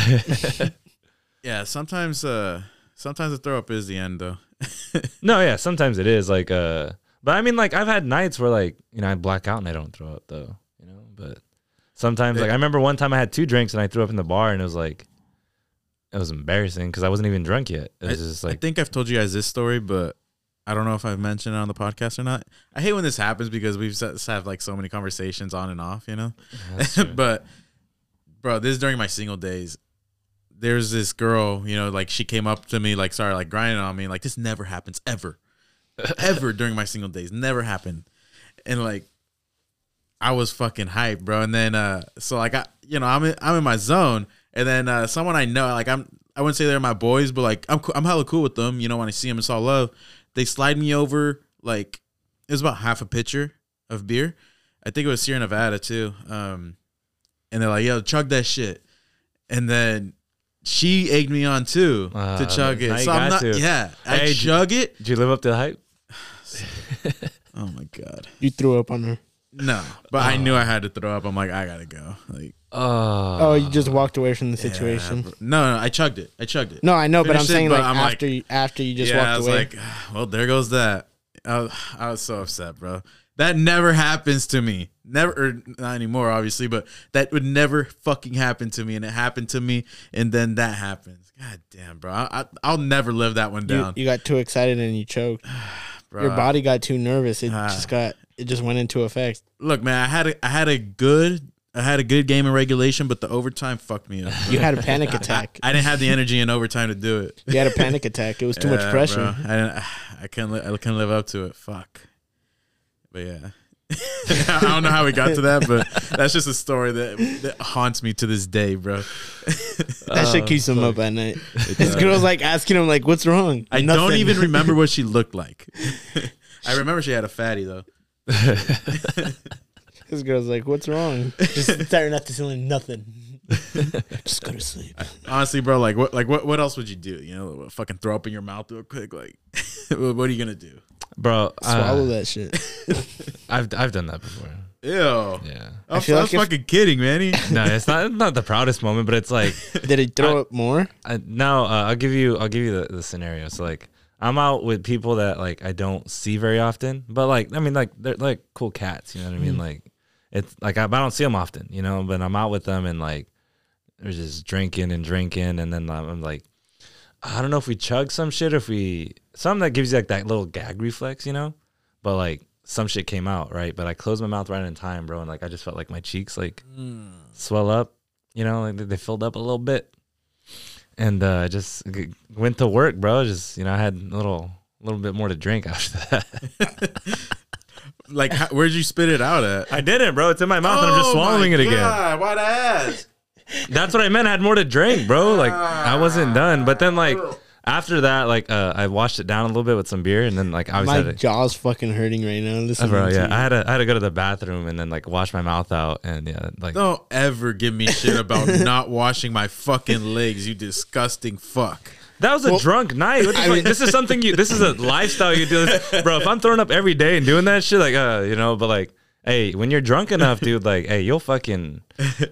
Yeah, sometimes uh sometimes the throw up is the end though.
No, yeah, sometimes it is like uh but I mean like I've had nights where like, you know, I black out and I don't throw up though, you know, but sometimes like I remember one time I had two drinks and I threw up in the bar and it was like it was embarrassing cuz I wasn't even drunk yet. It was just
I
like
think I've told you guys this story, but I don't know if I've mentioned it on the podcast or not. I hate when this happens because we've s- had like so many conversations on and off, you know.
That's true.
but bro, this is during my single days. There's this girl, you know, like she came up to me, like started like grinding on me, like this never happens ever, ever during my single days, never happened, and like I was fucking hyped, bro. And then uh, so like I, you know, I'm in, I'm in my zone, and then uh, someone I know, like I'm, I wouldn't say they're my boys, but like I'm, cool, I'm hella cool with them. You know, when I see them, it's all love. They slide me over like it was about half a pitcher of beer. I think it was Sierra Nevada too. Um, and they're like, "Yo, chug that shit," and then. She egged me on too
Ah,
to chug
now
it.
you
So I'm
got
not,
to.
yeah. I
Hey, d-
chug it.
Did you live up to the hype?
Oh my god,
You threw up on her.
no! But I knew I had to throw up. I'm like, I gotta go. Like,
Oh.
Uh,
Oh, you just walked away from the
Yeah,
situation.
bro. no, no, I chugged it. I chugged it.
no, I know, but I'm
Finished it,
saying
but
like
I'm like-
after you, after you just
yeah, I
walked
was
away.
like, well, there goes that. I was, I was so upset, bro. That never happens to me. Never, or not anymore, obviously, but that would never fucking happen to me. And it happened to me, and then that happens. God damn, bro. I, I, I'll never live that one
You,
down.
you got too excited and you choked.
bro.
Your body got too nervous. It
Ah.
just got it just went into effect.
Look, man, I had a, I had a good. I had a good game in regulation, but the overtime fucked me up.
You had a panic
I,
attack.
I didn't have the energy in overtime to do it.
You had a panic attack. It was too
Yeah,
much pressure.
bro. I didn't, I couldn't li- I couldn't live up to it. Fuck. But yeah. I don't know how we got to that, but that's just a story that, that haunts me to this day, bro.
That shit
Oh,
keeps him up at night. This
does.
girl's like asking him like, "What's wrong?"
I don't
Nothing.
even remember what she looked like. I remember she had a fatty though.
This girl's like, "What's wrong?" Just staring at the ceiling, nothing. Just go to sleep.
Honestly, bro, like what like what, what else would you do? You know, fucking throw up in your mouth real quick. Like what what are you gonna do?
bro.
Ah.
uh,
Swallow that shit.
I've I've done that before.
Ew. I
Yeah.
am
feel like if-
fucking kidding, Manny.
No, it's not not the proudest moment, but it's like
Did it throw up more?
I, now uh, I'll give you I'll give you the, the scenario. So like I'm out with people that like I don't see very often, but like I mean like they're like cool cats, you know what I mean? Like it's like I, I don't see them often, you know. But I'm out with them and like we're just drinking and drinking, and then I'm, I'm like I don't know if we chug some shit, or if we something that gives you like that little gag reflex, you know. But like some shit came out right, but I closed my mouth right in time, bro, and like I just felt like my cheeks like swell up, you know, like they- they filled up a little bit and uh, I just g- went to work, bro. Just you know, I had a little, little bit more to drink after that.
Like how, where'd you spit it out at?
I didn't, bro. It's in my mouth, and I'm just
Oh my
swallowing it again.
God, Why'd I ask?
That's what I meant. I had more to drink, bro. Like I wasn't done, but then like after that, like uh, I washed it down a little bit with some beer, and then like I was
My
had to,
jaw's fucking hurting right now. Listen,
bro. Yeah,
to
I
you.
had to, I had to go to the bathroom and then like wash my mouth out, and yeah, like
Don't ever give me shit about not washing my fucking legs, you disgusting fuck.
That was a drunk night. What the fuck? this is something you. This is a lifestyle you do, bro. If I'm throwing up every day and doing that shit, like, uh, you know, but like, hey, when you're drunk enough, dude, like, hey, you'll fucking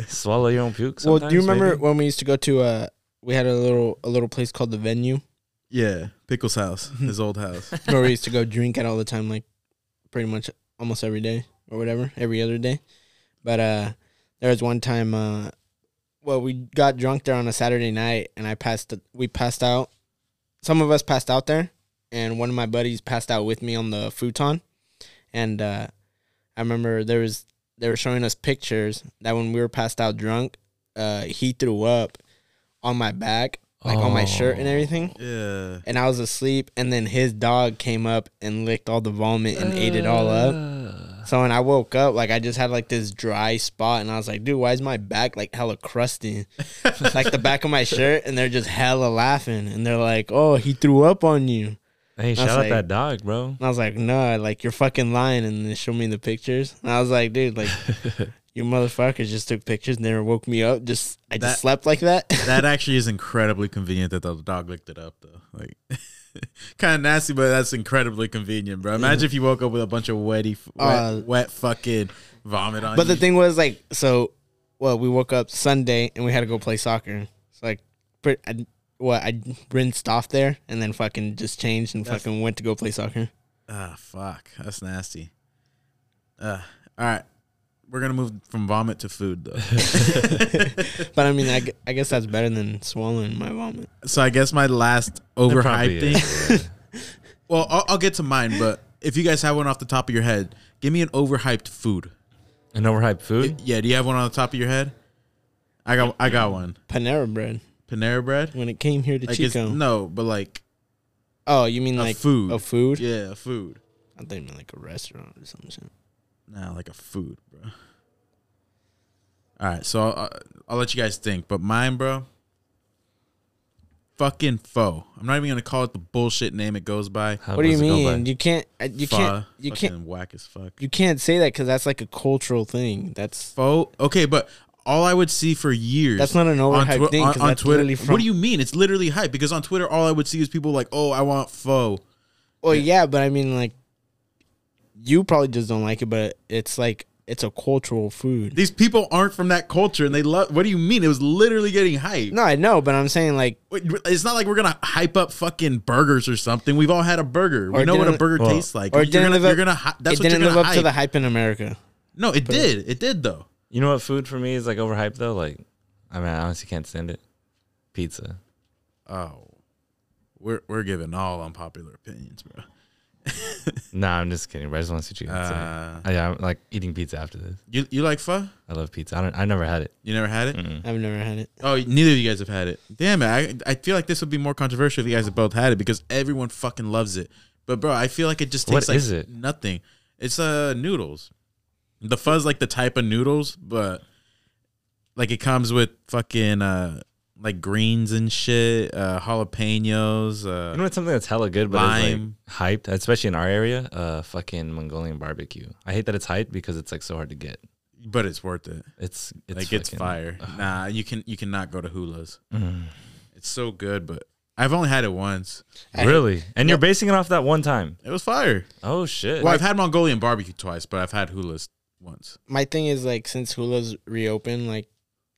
swallow your own puke.
well, do you
sometimes,
remember
baby.
when we used to go to? uh We had a little a little place called the venue
Yeah, Pickle's house, his old house.
where we used to go drink at all the time, like pretty much almost every day or whatever, every other day. But uh there was one time. uh Well, we got drunk there on a Saturday night, and I passed. We passed out. Some of us passed out there, and one of my buddies passed out with me on the futon. And uh I remember there was they were showing us pictures that when we were passed out drunk, uh he threw up on my back, like on my shirt and
Oh.
everything
Yeah.
and I was asleep. And then his dog came up and licked all the vomit and ate it all up. So when I woke up, like I just had like this dry spot, and I was like, "Dude, why is my back like hella crusty, like the back of my shirt?" And they're just hella laughing, and they're like, "Oh, he threw up on you." And
Hey, shout out
like-
that dog, bro.
I was like, "No, like you're fucking lying." And they showed me the pictures, and I was like, "Dude, like." You motherfuckers just took pictures and never woke me up. Just I just
That-
slept like that.
That actually is incredibly convenient that the dog licked it up, though. Like, kind of nasty, but that's incredibly convenient, bro. Imagine if you woke up with a bunch of wetty, wet,
Uh,
wet fucking vomit on
But
you.
the thing was, like, so, well, we woke up Sunday and we had to go play soccer. It's like, pre- I, what I rinsed off there and then fucking just changed and fucking went to go play soccer.
Ah, fuck. That's nasty. Uh, all right. We're going to move from vomit to food, though.
But I mean, I, gu- I guess that's better than swallowing my vomit.
so I guess my last
It probably
overhyped thing
is, yeah.
Well, I'll, I'll get to mine, but if you guys have one off the top of your head, give me an overhyped food.
An overhyped food.
Yeah, do you have one on the top of your head? I got, I got one.
Panera bread
Panera bread.
when it came here to
Like it's,
Chico.
no, but like
oh, you mean
a
like
food.
A food?
Yeah, food.
I thought you meant like a restaurant or something. shit.
Nah, like a food, bro. All right, so I'll, I'll let you guys think, but mine, bro. Fucking foe. I'm not even gonna call it the bullshit name it goes by.
How
What do you
does it go by?
mean? You can't. I- You
Pho.
can't. You can't.
Fucking whack as fuck.
You can't say that because that's like a cultural thing. That's
Faux. Okay, but all I would see for years.
That's not an overhyped
Twi-
thing, 'cause that's
Twitter.
literally from-
What do you mean? It's literally hype because on Twitter, all I would see is people like, "Oh, I want faux."
Well, yeah, but I mean, like, you probably just don't like it, but it's like it's a cultural food.
These people aren't from that culture, and they love. What do you mean? It was literally getting hyped.
No, I know, but I'm saying like
Wait, It's not like we're gonna hype up fucking burgers or something. We've all had a burger. We
Or
know what a
didn't-
burger
well,
tastes like.
or
you're
didn't
gonna,
live up-
you're gonna hy- that's
it
what you're
didn't
gonna
live up
hype.
to the hype in America.
no, it did. It did though.
You know what food for me is like overhyped though? Like, I mean, I honestly can't stand it. Pizza.
Oh, we're we're giving all unpopular opinions, bro.
Nah, I'm just kidding. But I just want to see what you can say.
Uh,
I, yeah, I'm like eating pizza after this.
you you like pho?
I love pizza. I don't. I never had it.
You never had it?
Mm-mm.
I've never had it.
Oh, neither of you guys have had it. Damn it! I I feel like this would be more controversial if you guys have both had it because everyone fucking loves it. But bro, I feel like it just
What
tastes like
is it?
nothing. It's uh noodles. The pho's like the type of noodles, but like it comes with fucking uh like greens and shit, uh jalapenos,
You
uh
know what's something that's hella good, but
Lime.
it's like hyped, especially in our area. Uh, fucking Mongolian barbecue. I hate that it's hyped because it's like so hard to get.
but it's worth it.
It's it's
like it's
fucking-
fire. Nah, you can you cannot go to Hula's.
Mm.
It's so good, but I've only had it once.
I-
Really? And you're
Yeah.
basing it off that one time?
It was fire.
Oh shit!
Well, I've had Mongolian barbecue twice, but I've had Hula's once.
My thing is like since Hula's reopened, like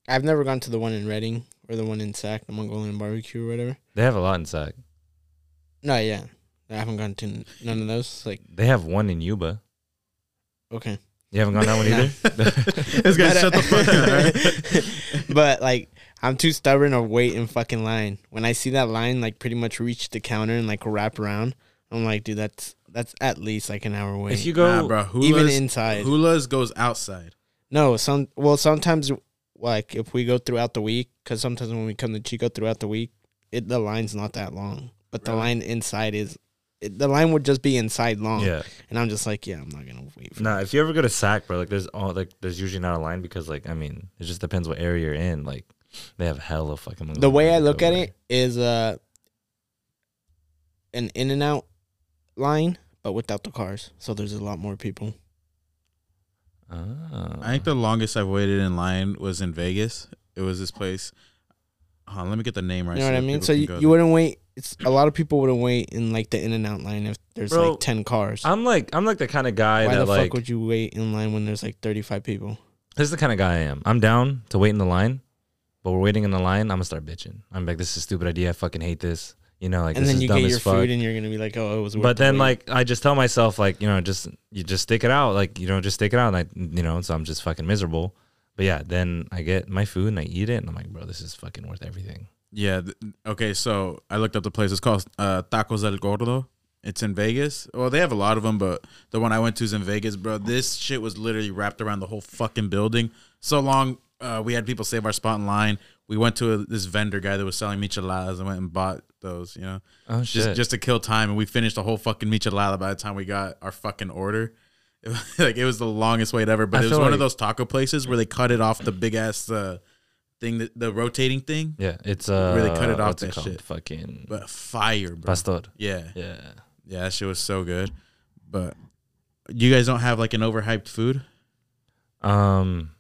I've never gone to the one in Reading or the one in Sac, the Mongolian barbecue or whatever.
they have a lot in Sac.
No, yeah. I haven't gone to none of those. Like,
They have one in Yuba.
okay.
You haven't gone that one
Nah.
either.
this guy, shut the fuck up. alright?
but like I'm too stubborn to wait in fucking line. When I see that line like pretty much reach the counter and like wrap around, I'm like, dude, that's that's at least like an hour wait.
If you go,
Nah, bro. Hula's,
even inside.
Hula's goes outside.
no, some well sometimes like if we go throughout the week, because sometimes when we come to Chico throughout the week, it the line's not that long, but the
Really?
line inside is. It, the line would just be inside long,
yeah,
and I'm just like, yeah, I'm not gonna wait for.
nah. If you ever go to Sac, bro, like there's all like there's usually not a line because like I mean it just depends what area you're in. Like they have hella fucking.
the way I look at
over
it is uh an in and out line, but without the cars. So there's a lot more people.
there. Oh.
I think the longest I've waited in line was in Vegas. It was this place. Hold on, let me get the name right.
You know what
that
I mean?
people
So
can
you,
go
you
there.
wouldn't wait. It's a lot of people wouldn't wait in like the in and out line if there's
Bro,
like ten cars.
Ah. I'm like I'm like the kind of guy
Why the
that
fuck
like
would you wait in line when there's like thirty five people?
this is the kind of guy I am. I'm down to wait in the line, but we're waiting in the line. I'm gonna start bitching. I'm like this is a stupid idea. I fucking hate this. You know, like
and
this
then
is
you
dumb
get
as
your
fuck.
food and you're gonna be like, Oh, it was worth
but
the
then
wait.
like I just tell myself like you know just you just stick it out like you know just stick it out and I you know so I'm just fucking miserable. But yeah, then I get my food and I eat it and I'm like, bro, this is fucking worth everything.
Yeah. th- okay. So I looked up the place. It's called uh, Tacos del Gordo. It's in Vegas. Well, they have a lot of them, but the one I went to is in Vegas, bro. This shit was literally wrapped around the whole fucking building. So long, uh, we had people save our spot in line. We went to a, this vendor guy that was selling micheladas and went and bought those. You know.
Oh shit!
just just to kill time, and we finished the whole fucking michelada by the time we got our fucking order. It was, like it was the longest wait ever, but
I
it was
feel
one of
like-
those taco places where they cut it off the big ass uh, thing, that, the rotating thing,
yeah, it's uh,
Really cut it off
what's
that
called?
shit.
Fucking
but fire, bro.
pastor.
Yeah,
Yeah.
yeah, that shit was so good. But you guys don't have like an overhyped food
Um,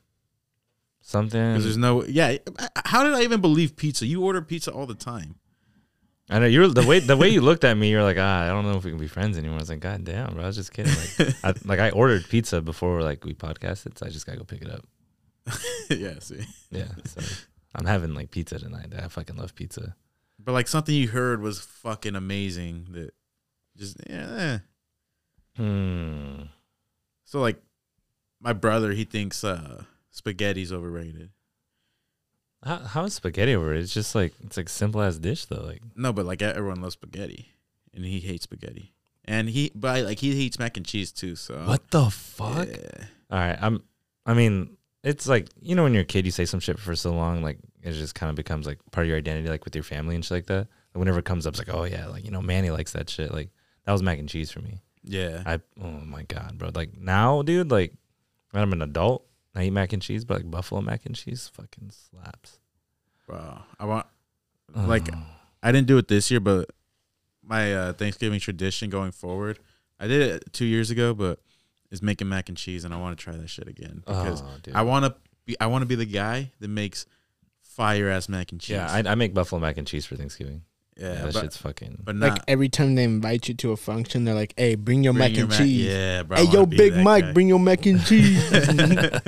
something.
because there's no. Yeah, I- I- how did I even believe pizza? You order pizza all the time.
I know you're the way the way you looked at me. You're like, ah, I don't know if we can be friends anymore. I was like, God damn, bro, I was just kidding. Like, I, like I ordered pizza before like we podcasted, so I just gotta go pick it up.
yeah, see,
Yeah. So I'm having like pizza tonight. I fucking love pizza.
but like something you heard was fucking amazing. That just yeah. eh.
Hmm.
So like my brother, he thinks uh spaghetti's overrated.
How, how is spaghetti over? It's just like it's like simple as dish though. Like
No, but like everyone loves spaghetti. And he hates spaghetti. And he but like he hates mac and cheese too, so
what the
Oh,
fuck?
Yeah.
All right. I'm. I mean, it's like you know when you're a kid, you say some shit for so long, like it just kind of becomes like part of your identity, like with your family and shit like that. And whenever it comes up, it's like, oh yeah, like you know, Manny likes that shit. Like that was mac and cheese for me.
Yeah.
I oh my god, bro. Like now, dude. Like when I'm an adult, I eat mac and cheese, but like buffalo mac and cheese, fucking slaps.
Wow. I want
Uh.
Like,
Oh.
I didn't do it this year, but my uh Thanksgiving tradition going forward. I did it two years ago, but is making mac and cheese and I want to try that shit again.
Uh,
Because
Oh, dude.
I wanna be I wanna be the guy that makes fire ass mac and cheese.
Yeah, I, I make buffalo mac and cheese for Thanksgiving.
Yeah,
Yeah, that
but,
shit's fucking.
but not
Like every time they invite you to a function, they're like, "Hey, bring your
bring
mac
your
and
mac-
cheese."
Yeah, bro. I
Hey,
wanna
yo,
be
Big
that
Mike,
guy.
bring your mac and cheese.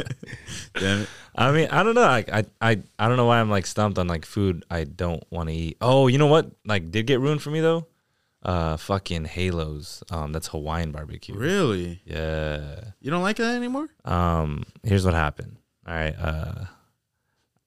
Damn it.
I mean, I don't know. Like, I, I, I don't know why I'm like stumped on like food I don't want to eat. Oh, you know what? Like, did get ruined for me though. Uh, fucking halos. Um, that's Hawaiian barbecue.
Really?
Yeah.
You don't like that anymore?
Um, here's what happened. All right. Uh,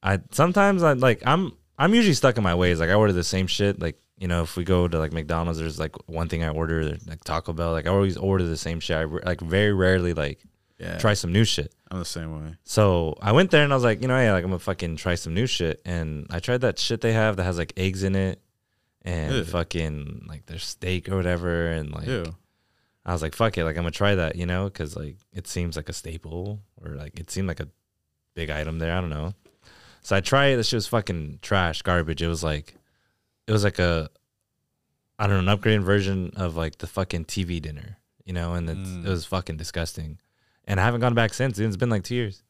I sometimes I like I'm I'm usually stuck in my ways. Like I order the same shit. Like you know, if we go to like McDonald's, there's like one thing I order, there's, like Taco Bell. Like I always order the same shit. I re- like very rarely like
Yeah.
try some new shit.
I'm the same way.
So I went there and I was like, you know, hey, like I'm gonna fucking try some new shit. And I tried that shit they have that has like eggs in it and
Ew.
fucking like their steak or whatever. And like
Ew.
I was like, fuck it, like I'm gonna try that, you know, because like it seems like a staple or like it seemed like a big item there. I don't know. So I tried it. That shit was fucking trash, garbage. It was like, it was like a, I don't know, an upgraded version of like the fucking TV dinner, you know, and it's,
Mm.
it was fucking disgusting. And I haven't gone back since. dude. It's been like two years.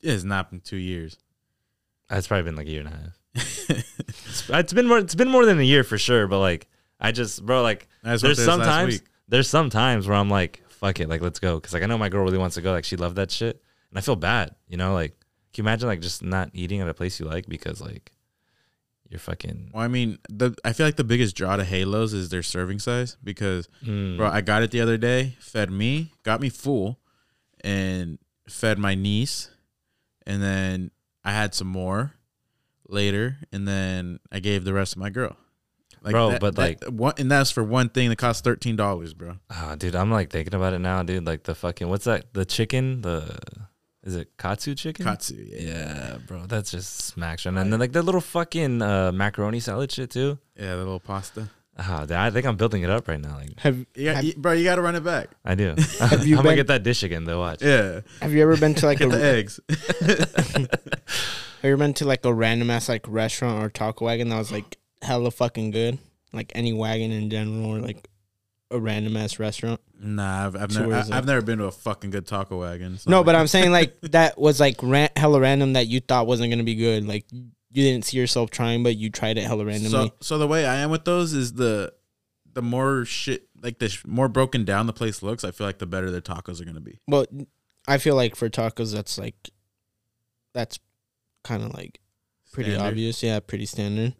It's not been two years.
It's probably been like a year and a half. It's, it's been more. It's been more than a year for sure. But like, I just, bro, like,
That's
there's sometimes there's sometimes where I'm like, fuck it, like let's go, because like I know my girl really wants to go, like she loved that shit, and I feel bad, you know, like can you imagine like just not eating at a place you like because like you're fucking.
Well, I mean, the I feel like the biggest draw to Halos is their serving size because,
Mm.
bro, I got it the other day, fed me, got me full, and fed my niece, and then I had some more later, and then I gave the rest of my girl. Like
Bro,
that-
but,
that- one, and that's for one thing that costs thirteen dollars, bro.
Ah, dude, I'm like thinking about it now, dude. Like the fucking what's that? The chicken, the is it katsu chicken?
Katsu, yeah,
Yeah, bro, that's just smacks. And then like that little fucking uh, macaroni salad shit too.
yeah, the little pasta.
Ah, dude, I think I'm building it up right now. Like
have
Yeah,
Have-
you- bro, you got to run it back.
I do.
you
I'm gonna
been-
get that dish again though. Watch.
Yeah,
Have you ever been to like a
get the eggs.
Have you ever been to like a random ass like restaurant or taco wagon that was like hella fucking good? Like any wagon in general or like a random ass restaurant?
Nah, I've, I've
So
never,
where
I,
is it?
I've never been to a fucking good taco wagon. so,
No,
like,
but I'm saying like that was like ran- hella random that you thought wasn't gonna be good. Like you didn't see yourself trying, but you tried it hella randomly.
So, so the way I am with those is the the more shit like the sh- more broken down the place looks, I feel like the better their tacos are gonna be.
well, I feel like for tacos, that's like that's kind of like pretty
Standard.
obvious. Yeah, pretty standard.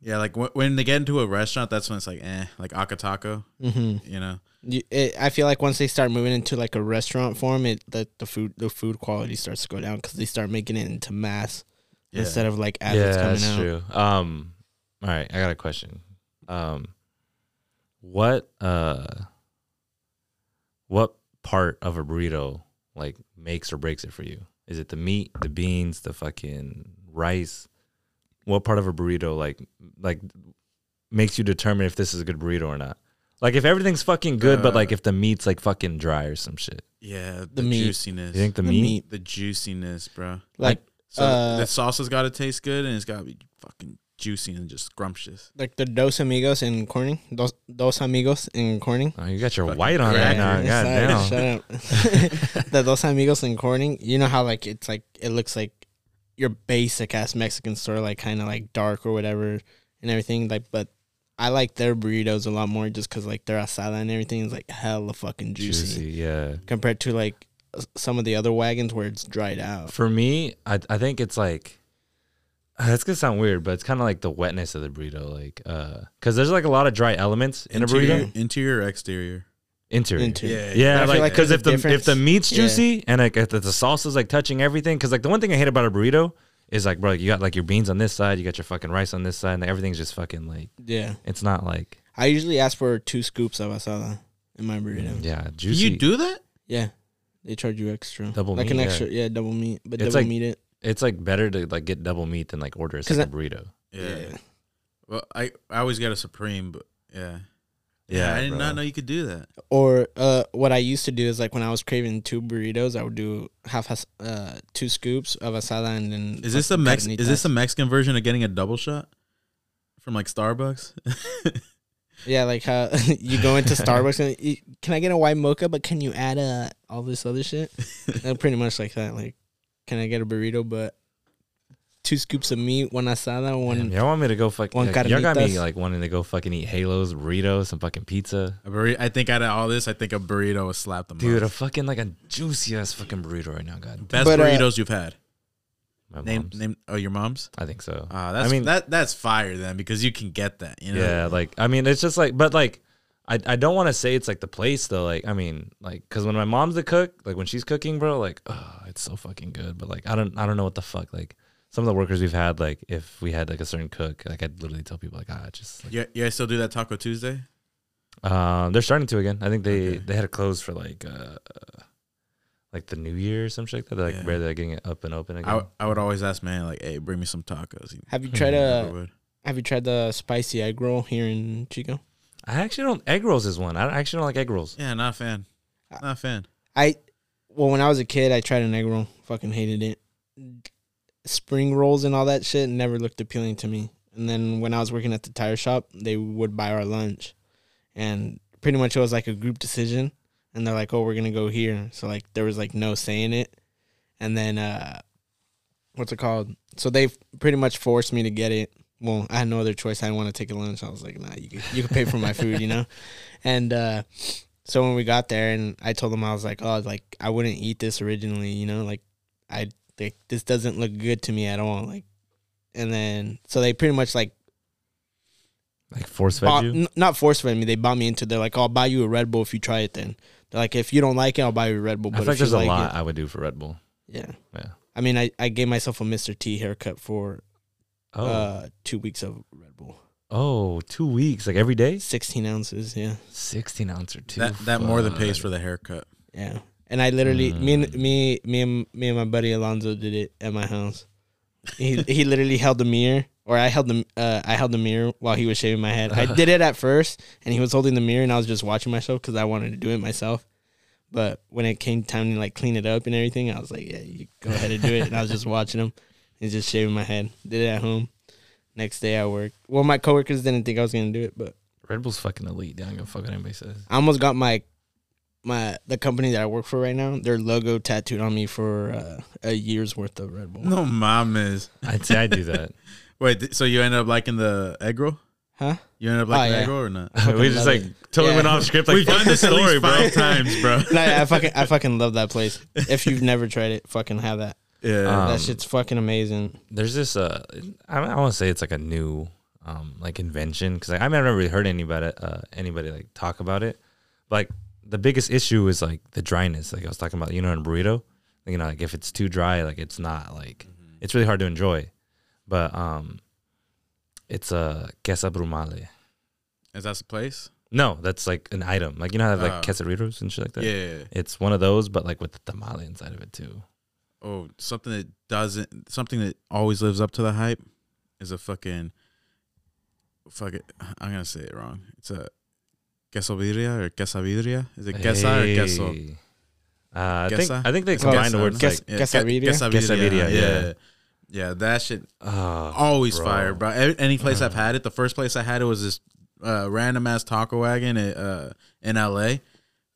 Yeah, like w- when they get into a restaurant, that's when it's like, eh, like Akatako,
Mm-hmm.
you know?
You, it, I feel like once they start moving into like a restaurant form, it the, the food the food quality starts to go down because they start making it into mass
Yeah.
instead of like as it's coming out.
true. Um, all right, I got a question. Um, what uh, what part of a burrito like makes or breaks it for you? Is it the meat, the beans, the fucking rice? What part of a burrito like like makes you determine if this is a good burrito or not? Like if everything's fucking good, but like
Uh,
if the meat's like fucking dry or some shit.
yeah, the,
The meat.
You
juiciness,
think the,
The
meat?
meat,
the juiciness, bro.
like
So
Uh,
the salsa's got to taste good, and it's got to be fucking juicy and just scrumptious.
like the Dos Amigos in Corning, Dos, Dos Amigos in Corning.
Oh, you got your
Fucking
white on right now.
crackers.
God damn.
Sorry, Shut up. the Dos Amigos in Corning. You know how like it's like it looks like your basic ass Mexican store, like kind of like dark or whatever and everything. Like, but I like their burritos a lot more just because like their asada and everything is like hella fucking juicy.
Juicy, yeah.
compared to like s- some of the other wagons where it's dried out.
For me, I I think it's like that's gonna sound weird, but it's kind of like the wetness of the burrito, like uh, because there's like a lot of dry elements in a
interior,
burrito.
interior, exterior.
Interior,
Interior.
yeah,
I feel
like
like
because
there's a
if the if
difference.
the meat's
Yeah.
juicy and like if the salsa's like touching everything, because like the one thing I hate about a burrito is like, bro, you got like your beans on this side, you got your fucking rice on this side, and everything's just fucking like
Yeah,
it's not like
I usually ask for two scoops of asada in my burrito.
yeah juicy.
You do that?
Yeah, they charge you extra,
Double
like an
meat, yeah.
extra, yeah, double meat, but
It's
double
like-
meat it.
It's like better to like get double meat than like order a
'Cause
second burrito.
Well, I I always got a supreme, but yeah.
Yeah,
I did
bro.
not know you could do that.
Or uh, what I used to do is like when I was craving two burritos, I would do half has- uh two scoops of asada and then.
Is this the
fucking
Mex?
carnitas.
Is this the Mexican version of getting a double shot from like Starbucks?
Yeah, like how you go into Starbucks and you, can I get a white mocha, but can you add uh, all this other shit? Uh, pretty much like that. Like, can I get a burrito, but two scoops of meat, one asada,
Damn,
one.
y'all want me to go fuck?
One
Like, y'all got me
carnitas.
like wanting to go fucking eat halos, burritos, some fucking pizza,
A burrito. I think out of all this, I think a burrito would slap the
dude. A
most.
fucking like a juicy ass fucking burrito right now, god.
Best
But, uh,
burritos you've had.
My
Name
mom's.
name. Oh, your mom's.
I think so.
Ah, that's
I mean-
that that's fire then because you can get that. You know.
Yeah, like I mean, it's just like, but like, I I don't want to say it's like the place though. Like I mean, like because when my mom's the cook, like when she's cooking, bro, like oh, it's so fucking good. But like I don't I don't know what the fuck. Like some of the workers we've had, like if we had like a certain cook, like I'd literally tell people like ah, it's just like,
Yeah, you guys still do that Taco Tuesday?
um, they're starting to again. I think they
Okay.
they had it closed for like uh like the New Year or some shit like that. They're like
Yeah.
where they're getting it up and open
I,
again.
I would always ask man like, hey, bring me some tacos. He
Have you tried
never
a?
would.
Have you tried the spicy egg roll here in Chico?
I actually don't egg rolls is one. I don't- I actually don't like egg rolls.
Yeah, not a fan. Not a fan.
I, well, when I was a kid, I tried an egg roll. Fucking hated it. Spring rolls and all that shit never looked appealing to me. And then when I was working at the tire shop, they would buy our lunch, and pretty much it was like a group decision. And they're like, "Oh, we're gonna go here." So like there was like no saying it. And then uh, what's it called? So they pretty much forced me to get it. Well, I had no other choice. I didn't want to take a lunch. I was like, "Nah, you could, you could pay for my food," you know. And uh, so when we got there and I told them I was like, oh, like I wouldn't eat this originally, you know, like I like this doesn't look good to me at all, like. And then so they pretty much like
Like force
bought,
fed you.
n- not force fed me. They bought me into. They're like, I'll buy you a Red Bull if you try it. Then they're like, if you don't like it, I'll buy you a Red Bull.
I feel
if
like
you
there's a
like it-
lot I would do for Red Bull.
yeah.
Yeah.
I mean, I, I gave myself a Mr. T haircut for
Oh.
uh, two weeks of Red Bull,
Oh, two weeks, like every day,
sixteen ounces. Yeah,
sixteen ounce or two.
That that more than pays
fuck.
for the haircut.
yeah. And I literally, me and
Mm.
me me and me and my buddy Alonzo did it at my house. He he literally held the mirror, or I held the uh, I held the mirror while he was shaving my head. I did it at first, and he was holding the mirror, and I was just watching myself because I wanted to do it myself. But when it came time to like clean it up and everything, I was like, yeah, you go ahead and do it. And I was just watching him and just shaving my head. Did it at home. Next day I worked. Well, my coworkers didn't think I was gonna do it, but
Red Bull's fucking elite. They don't give a fuck what anybody says.
I almost got my my the company that I work for right now, their logo tattooed on me for uh, a year's worth of Red Bull.
No mames.
I'd say I do that.
Wait, th- so you ended up liking the egg roll?
Huh?
You ended up liking
Oh,
the
yeah.
egg roll or not?
we just
love
like totally
Yeah.
went off script. Like
We've
fuck
done this
the
at
story,
least
bro.
five times, bro.
No, I, I fucking I fucking love that place. If you've never tried it, fucking have that.
Yeah.
Um,
that shit's fucking amazing.
There's this. Uh, I, I want to say it's like a new, um, like invention because like, I haven't really heard anybody, uh, anybody like talk about it. Like the biggest issue is like the dryness. Like I was talking about, you know, in burrito, you know, like if it's too dry, like it's not like it's really hard to enjoy. But um, it's a uh, quesa brumale.
Is that the place?
No, that's like an item. Like you know how they have like
Oh.
quesadillas and shit like that.
Yeah, yeah, yeah.
It's one of those, but like with the tamale inside of it too.
Oh, something that doesn't, something that always lives up to the hype is a fucking, fuck it. I'm going to say it wrong. It's a quesavidria or quesavidria. Is it quesa or queso?
Hey. Uh, I think
Quesa?
I think they
It's
combined the
quesa.
words.
Ques-
like,
Yeah,
Quesavidria?
que- Quesavidria,
Quesavidria, yeah.
yeah. Yeah, that shit
oh,
always
bro.
fire, bro. Ev- Any place I've
Uh.
had it, the first place I had it was this uh, random ass taco wagon at, uh, in L.A.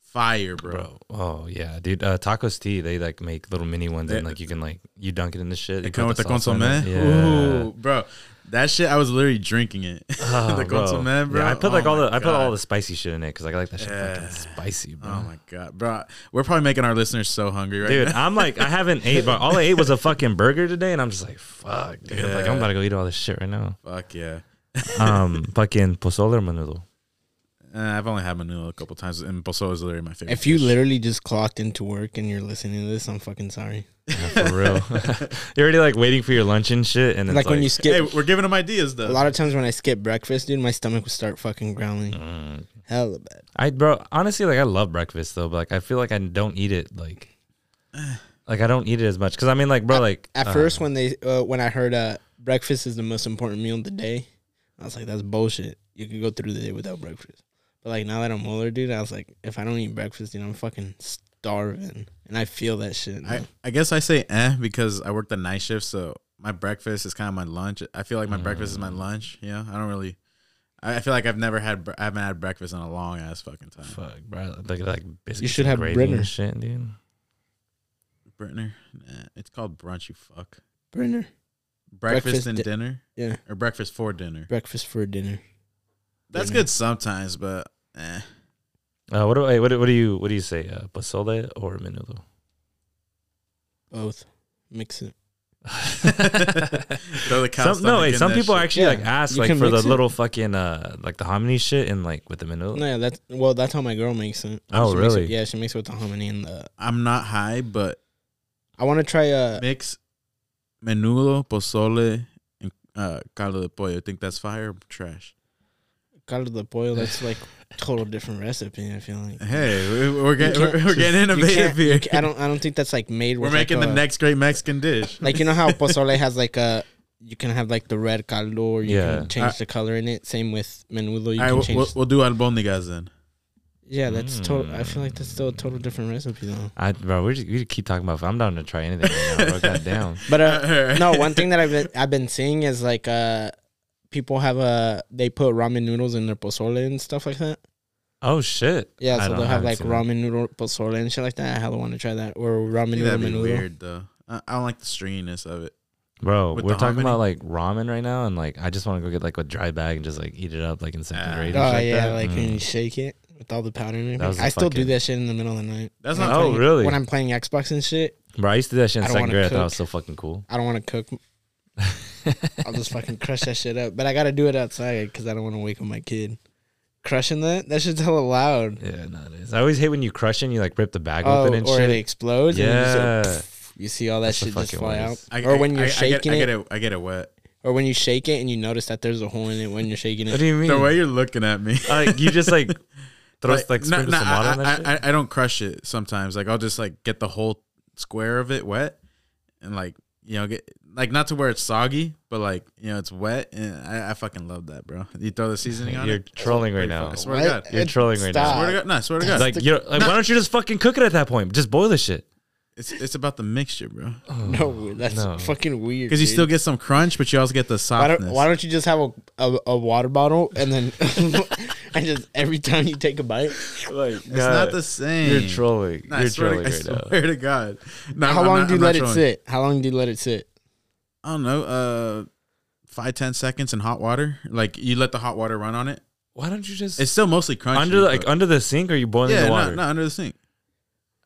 Fire, bro.
bro. Oh yeah, dude. Uh, tacos tea. They like make little mini ones, and
They-
like you can like you dunk it in the shit.
They
you
come
put
with the
salsa in it.
consomme.
Yeah.
Ooh, bro, that shit. I was literally drinking it.
Oh,
the
bro.
consomme, bro.
Yeah, I put like
Oh
all the
my
I put all
God.
the spicy shit in it because I like that shit
Yeah.
fucking spicy, bro.
Oh my god, bro. We're probably making our listeners so hungry right
Dude,
now.
I'm like, I haven't ate, but all I ate was a fucking burger today, and I'm just like, fuck, dude. Like, I'm about to go eat all this shit right now.
Fuck yeah.
Um, fucking pozole or menudo.
Uh, I've only had Manila a couple times, and pozole is literally my favorite.
If you
dish.
literally just clocked into work and you're listening to this, I'm fucking sorry.
Yeah, for real. You're already like waiting for your lunch and shit, and it's
Like,
like,
when you
hey,
skip
we're giving them ideas
a
though.
lot of times when I skip breakfast, dude, my stomach would start fucking growling.
Mm.
Hella bad.
I bro, honestly, like I love breakfast though, but like I feel like I don't eat it like, like I don't eat it as much because I mean like bro, like
At
Uh-huh.
uh,
first, when they uh, when I heard uh, breakfast is the most important meal of the day, I was like, that's bullshit. You could go through the day without breakfast. But like now that I'm older, dude, I was like, if I don't eat breakfast, you know, I'm fucking starving, and I feel that shit.
I, I guess I say eh because I work the night shift, so my breakfast is kind of my lunch. I feel like my breakfast is my
Mm.
lunch. You know, I don't really. I I feel like I've never had. bre- I haven't had breakfast in a long ass fucking time.
fuck, bro, like like biscuits
should
and
have
gravy and
Brenner.
shit, dude.
Brittner, nah, it's called brunch. You fuck.
Burner.
breakfast,
Breakfast
and
di-
dinner
Yeah,
or breakfast for dinner.
breakfast for dinner.
That's
dinner.
good sometimes, but eh.
Uh, what do I, what, do- what do you what do you say? Uh, pozole or menudo?
Both, mix it.
Throw the cow
some, no,
stomach
wait.
in
Some
that
people
shit.
actually
Yeah,
like ask
you
like
can
for the
mix it.
little fucking uh like the hominy shit and like with the menudo.
No, yeah, that's well, that's how my girl makes it.
Oh,
She makes it-
really?
yeah, she makes it with the hominy and the.
I'm not high, but
I want to try uh
mix menudo, pozole, and uh, caldo de pollo. think that's fire or trash.
caldo de pollo. That's like total different recipe. I feel like.
Hey, we- we're getting
can't-
we're, we're getting
You
innovative
can't- you
here.
ca- I don't. I don't think that's like made.
We're
with,
making
like
the
a-
next great Mexican dish.
Like you know how pozole has like a. You can have like the red caldo, or you
Yeah.
can change
I-
the color in it. Same with menudo, you
All right,
can
we'll,
change.
we'll, we'll do albondigas then.
yeah, that's total.
Mm.
I feel like that's still a total different recipe though.
I bro, we just, we keep talking about. I'm down to try anything right now, bro. Goddamn.
But uh, no, one thing that I've been I've been seeing is like uh, people have uh they put ramen noodles in their pozole and stuff like that.
Oh shit.
Yeah,
I
so
don't-
they'll
I
have
haven't
like
seen that.
ramen noodle pozole and shit like that. I hella want to try that or
I
ramen
think
noodle
that'd be
menudo.
weird though. I, I don't like the stringiness of it.
Bro,
with
we're
the
talking
hominy.
about like ramen right now, and like I just want to go get like a dry bag and just like eat it up like in second
Ah.
grade.
Oh
and shit
yeah,
that.
like
Mm.
when you shake it with all the powder and
was
everything.
the
I still do
fucking-
that shit in the middle of the night.
That's
When
not.
I'm
Oh,
playing-
really?
When I'm playing Xbox and shit,
bro, I used to do that shit
I
in
don't
second
wanna
grade. I thought it was
cook.
so fucking cool.
I don't want to cook. I'll just fucking crush that shit up. But I gotta do it outside because I don't want to wake up my kid. Crushing that? That shit's hella loud.
Yeah, no, it is. I always hate when you crush it and you like rip the bag
Oh,
open and
or
shit.
it explodes. and you just go,
yeah.
You see all that
That's the
shit just
fucking
fly
worst.
out,
I,
or when
I-
you're
I-
shaking
I
it,
get, I get it. I get it wet.
or when you shake it and you notice that there's a hole in it when you're shaking
What
it.
do you mean?
The way you're looking at me.
like you just like throw like,
no,
sprinkle
no,
some water
I,
on that shit.
I, I, I don't crush it sometimes. Like I'll just like get the whole square of it wet, and like you know get like not to where it's soggy, but like you know it's wet, and I, I fucking love that, bro. You throw the seasoning on
You're
it.
trolling right
pretty
now.
fun. I swear to
What?
God.
You're trolling right now.
Stop.
Swear to God, no, swear to God.
Like you're like, why don't you just fucking cook it at that point? Just boil the shit.
it's it's about the mixture, bro.
No, that's
no.
fucking weird.
Because you
Oh, dude.
still get some crunch, but you also get the
Why don't,
softness.
why don't you just have a, a, a water bottle and then and just every time you take a bite?
Like
it's not the same.
You're trolling.
Nah, I
you're
swear, to,
trolling right
I
now.
swear to God. No,
How
I'm
long
not-
do you
I'm not
let it
trolling.
sit? How long do you let it sit?
I don't know. Uh, five ten seconds in hot water. Like you let the hot water run on it.
Why don't you just
It's still mostly crunchy.
under like
but-
under the sink or you boiling
yeah,
the
not,
water?
not under the sink.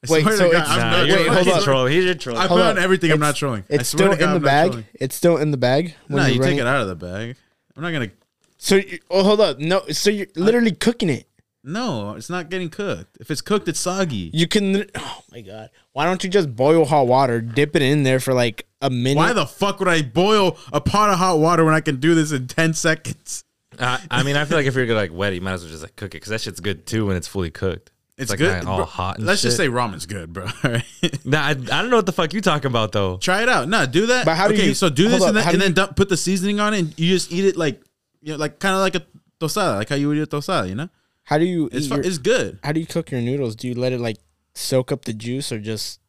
I
Wait,
swear to
so
God,
it's-
I'm
Nah,
not
you're,
Wait,
trolling.
hold
he's a
on.
troll. He's a troll.
I put
Hold
on
on.
everything. I'm
It's-
not trolling. I
It's
swear
still
to God,
in the
I'm not
bag.
trolling.
It's still in the bag.
No, you
running-
take it out of the bag. I'm not gonna.
So you, oh, hold up. No, so you're literally cooking it.
No, it's not getting cooked. If it's cooked, it's soggy.
You can. lit- Oh my god. Why don't you just boil hot water, dip it in there for like a minute?
Why the fuck would I boil a pot of hot water when I can do this in ten seconds?
I, Uh, I mean, I feel like if you're gonna like wet, it, you might as well just like cook it because that shit's good too when it's fully cooked.
It's
like,
good.
not all
bro.
hot. And
Let's just say
shit.
ramen's good, bro. All right.
Nah, I, I don't know what the fuck you talking about though.
Try it out. No, do that.
But how do
okay,
you-
so do
hold
this
up,
and, that,
how do
and then dump, put the seasoning on it, and you just eat it like, you know, like kind of like a tostada, like how you would eat a tostada. You know,
How do you?
it's
eat
fu-
your-
it's good.
how do you cook your noodles? Do you let it like soak up the juice, or just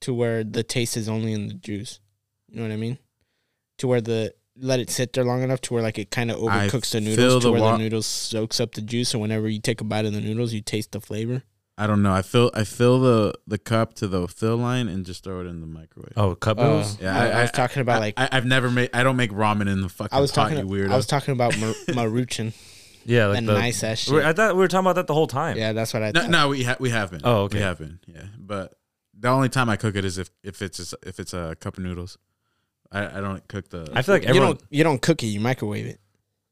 to where the taste is only in the juice? You know what I mean? To where the let it sit there long enough to where like it kind of
I
overcooks the
feel
noodles,
the
to where
wa-
the noodles soaks up the juice, and whenever you take a bite of the noodles, you taste the flavor.
I don't know. I fill I fill the the cup to the fill line and just throw it in the microwave.
Oh, cup
Uh,
noodles.
Yeah,
I,
I-
I was
I-
talking about like I,
I, I've never made. I don't make ramen in the fucking
was
pot.
talking.
you weirdo.
I was talking about mar- maruchan
yeah, like
and
the.
nice ass
we're-
shit.
I thought we were talking about that the whole time.
Yeah, that's what I.
no,
thought.
no, we ha- we have been.
Oh, okay.
We have been. Yeah, but the only time I cook it is if if it's a, s- if it's a cup of noodles. I, I don't cook the.
I feel like
you
everyone.
don't. You don't cook it. You microwave it.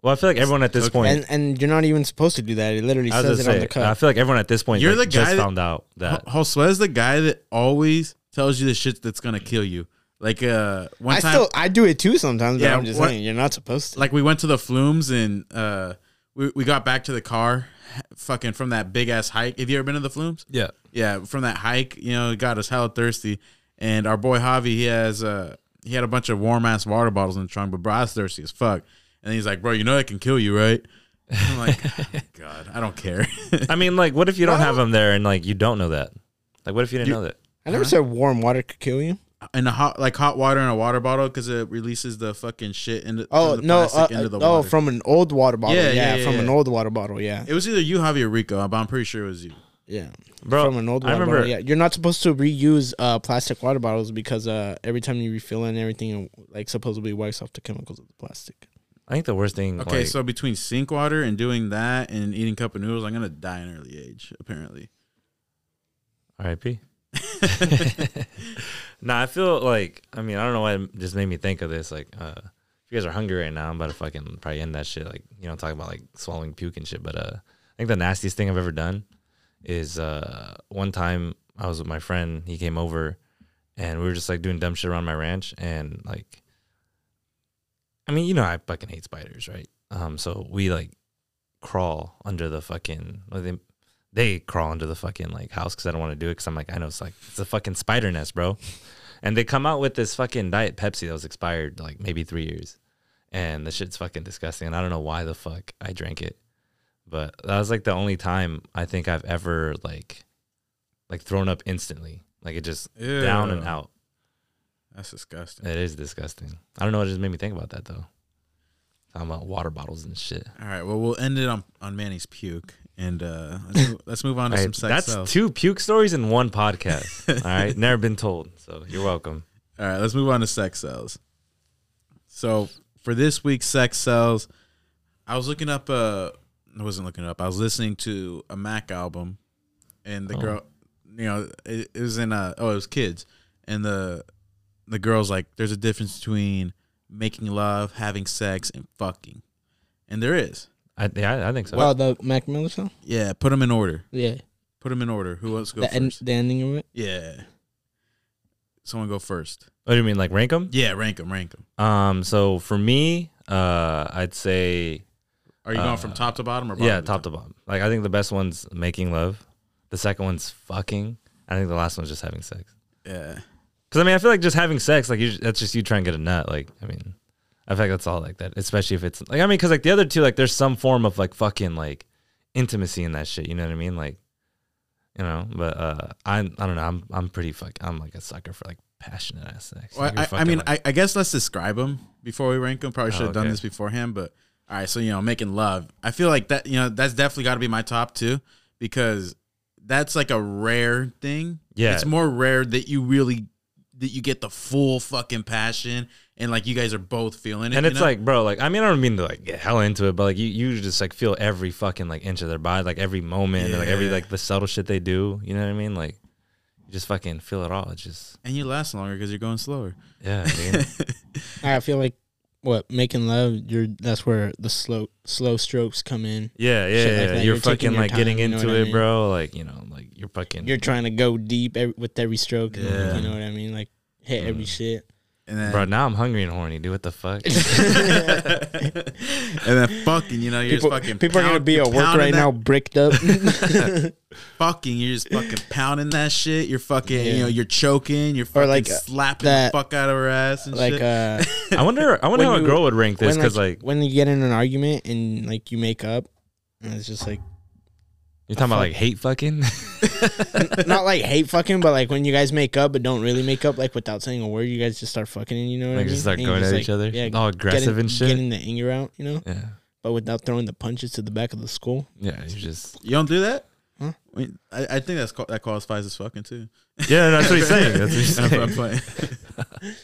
Well, I feel like everyone at this
Okay.
point.
And and you're not even supposed to do that. It literally
I was
says
gonna
it
say.
on the
I
cup.
feel like everyone at this point.
You're
like,
the
just
guy that-
found out that.
Ho- Josue's the guy that always tells you the shit that's gonna kill you. Like uh, one
I
time,
still I do it too sometimes, but
Yeah,
I'm just
what-
saying you're not supposed to.
like we went to the flumes and uh, we we got back to the car, fucking from that big ass hike. Have you ever been to the flumes?
Yeah.
Yeah, from that hike, you know, it got us hella thirsty. And our boy Javi, he has uh, he had a bunch of warm ass water bottles in the trunk, but bro, I was thirsty as fuck. And he's like, bro, you know that can kill you, right? I'm like, God, I don't care.
I mean, like, what if you don't have them there and like you don't know that? Like, what if you didn't know that?
I never said warm water could kill you.
in a hot like hot water in a water bottle because it releases the fucking shit into
Oh
the
no!
plastic
uh,
into the
oh,
water.
from an old water bottle.
Yeah,
Yeah,
yeah, yeah,
from an
yeah.
old water bottle. Yeah,
it was either you, Javi, or Rico, but I'm pretty sure it was you.
Yeah,
bro.
from an old.
I
water
remember-
bottle, Yeah, you're not supposed to reuse uh, plastic water bottles because uh, every time you refill and everything, it, like supposedly wipes off the chemicals of the plastic.
I think the worst thing.
Okay,
like-
so between sink water and doing that and eating cup of noodles, I'm gonna die an early age. Apparently,
R.I.P. nah, I feel like I mean I don't know why it just made me think of this. Like, uh, if you guys are hungry right now, I'm about to fucking probably end that shit. Like, you know, talking about like swallowing puke and shit. But uh, I think the nastiest thing I've ever done is uh one time I was with my friend. He came over, and we were just like doing dumb shit around my ranch, and like, I mean, you know, I fucking hate spiders, right? Um, so we like crawl under the fucking. What do they they crawl into the fucking like house because I don't want to do it because I'm like I know it's like it's a fucking spider nest, bro. And they come out with this fucking diet Pepsi that was expired like maybe three years, and the shit's fucking disgusting. And I don't know why the fuck I drank it, but that was like the only time I think I've ever like, like thrown up instantly. Like it just down and
Ew.
out.
That's disgusting.
It is disgusting. I don't know. It just made me think about that though. Talking about water bottles and shit.
All right, well, we'll end it on on Manny's puke, and uh, let's, move, let's move on to
All
some
right,
sex.
that's
sells.
two puke stories in one podcast. All right, never been told, so you're welcome.
All right, let's move on to sex cells. So for this week's sex cells, I was looking up uh I wasn't looking it up. I was listening to a Mac album, and the
Oh.
girl, you know, it, it was in uh oh it was kids, and the the girl's like, there's a difference between making love, having sex, and fucking, and there is.
I, yeah, I- I think so.
Wow, the Mac Miller song.
Yeah, put them in order.
Yeah,
Put them in order. Who wants to go
the, end,
first?
the ending of it.
yeah, someone go first.
what do you mean, like rank them?
Yeah, rank them, rank them.
Um, so for me, uh, I'd say
Are you going
Uh,
from top to bottom or bottom
yeah, top to bottom. Like I think the best one's making love. The second one's fucking. I think the last one's just having sex.
Yeah.
Because I mean, I feel like just having sex, like you, that's just you trying to get a nut. Like I mean, I feel like that's all like that. Especially if it's like I mean, because like the other two, like there's some form of like fucking like intimacy in that shit. You know what I mean? Like you know. But uh, I I don't know. I'm I'm pretty fuck. I'm like a sucker for like passionate ass sex.
Well,
Like, you're
I, I
fucking,
mean,
like-
I, I guess let's describe them before we rank them. Probably
Oh,
should have done
okay.
this beforehand, but all right. So you know, making love. I feel like that. You know, that's definitely got to be my top two because that's like a rare thing.
Yeah.
it's more rare that you really that you get the full fucking passion and like you guys are both feeling it.
And
you
it's
know?
like, bro, like I mean, I don't mean to like get hella into it, but like you, you just like feel every fucking like inch of their body, like every moment, like every
Yeah.
like the subtle shit they do. You know what I mean? Like you just fucking feel it all. It's just
and you last longer because you're going slower.
yeah. dude.
I feel like what making love. You're that's where the slow slow strokes come in.
yeah, yeah,
Shit like
yeah.
that.
You're,
You're taking
fucking
your
like getting
time, you know
into
what I
it,
mean?
bro. Like you know, like you're fucking.
You're trying to go deep every, with every stroke.
Yeah.
You know what I mean? Like hit every shit.
And then,
bro, now I'm hungry and horny. Do what the fuck?
and then fucking, you know, you're
people
just fucking.
people are gonna
pound-
be
you're
at work
pounding
right
that
now, bricked up.
fucking. You're just fucking pounding that shit. You're fucking,
Yeah.
you know, you're choking. You're fucking
Or like, uh,
slapping
that-
the fuck out of her ass and
like
shit.
uh,
I wonder. I wonder
When
how a
you-
girl would rank this because like,
when you get in an argument and like you make up, and it's just like.
you're talking about like hate fucking.
not like hate fucking, but like when you guys make up but don't really make up, like without saying a word, you guys just start fucking and you know what I
Like
mean?
just start
And you
going
just,
at
like,
each other,
Yeah,
all aggressive
getting,
and shit.
Getting the anger out, you know,
yeah,
but without throwing the punches to the back of the skull.
yeah. You just
you don't do that.
Huh?
I, mean, I, I think that's qual- that qualifies as fucking too.
yeah. That's what he's saying. That's what he's
I'm-
saying.
I'm playing.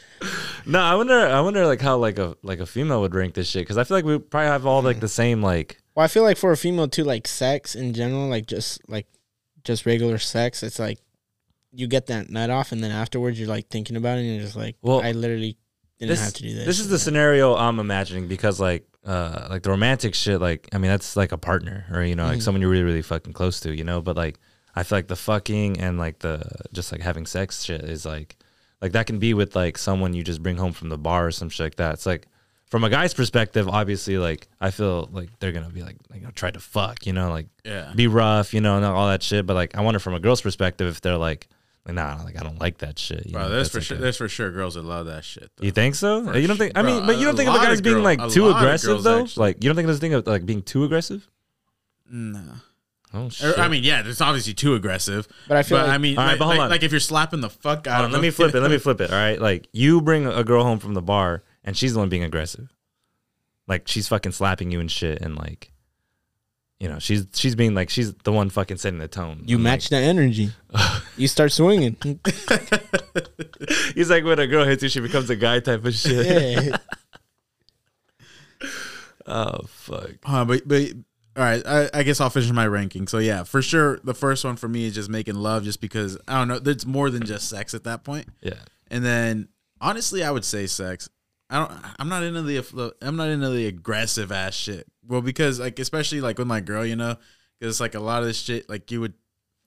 No, I wonder. I wonder like how like a like a female would rank this shit because I feel like we probably have all like the same like.
Well, I feel like for a female too, like sex in general, like just like just regular sex, it's like you get that nut off and then afterwards you're like thinking about it and you're just like,
Well,
well, I literally didn't
this-
have to do that.
This is the scenario I'm imagining because like uh like the romantic shit like I mean that's like a partner or you know like
Mm-hmm.
Mhm.
someone you're really really fucking close to you know but like I feel like the fucking and like the just like having sex shit is like like that can be with like someone you just bring home from the bar or some shit like that. It's like from a guy's perspective, obviously like I feel like they're gonna be like you know try to fuck you know like
yeah.
be rough, you know, and all that shit. But like, I wonder from a girl's perspective if they're like, like, nah, like I don't like that shit. You
Bro,
know,
there's
that's
for
like
sure.
a-
There's for sure girls that love that shit. Though.
you think so?
For
you don't think? I
sure.
mean, but you don't
A
think of the
lot of
guys being
girl-
like
a
too
lot of
aggressive
girls,
though.
actually.
Like, you don't think of this thing of like being too aggressive?
No.
Oh
Or,
shit!
I mean, yeah, it's obviously too aggressive.
But I
But
feel like
I mean,
All right,
like,
but hold
like-
on.
like if you're slapping the fuck out of
Hold on, let me
them-
flip it. Let me flip it. All right, like you bring a girl home from the bar and she's the one being aggressive, like she's fucking slapping you and shit, and like, you know, she's she's being like she's the one fucking setting the tone.
You
I'm like-
match that energy. you start swinging.
He's like when a girl hits you, she becomes a guy type of shit.
yeah.
Oh fuck.
Huh, but but all right, I, I guess I'll finish my ranking. So yeah, for sure, the first one for me is just making love, just because I don't know. It's more than just sex at that point.
Yeah.
And then honestly, I would say sex. I don't. I'm not into the. I'm not into the aggressive ass shit. Well, because like especially like with my girl, you know, because it's like a lot of this shit like you would,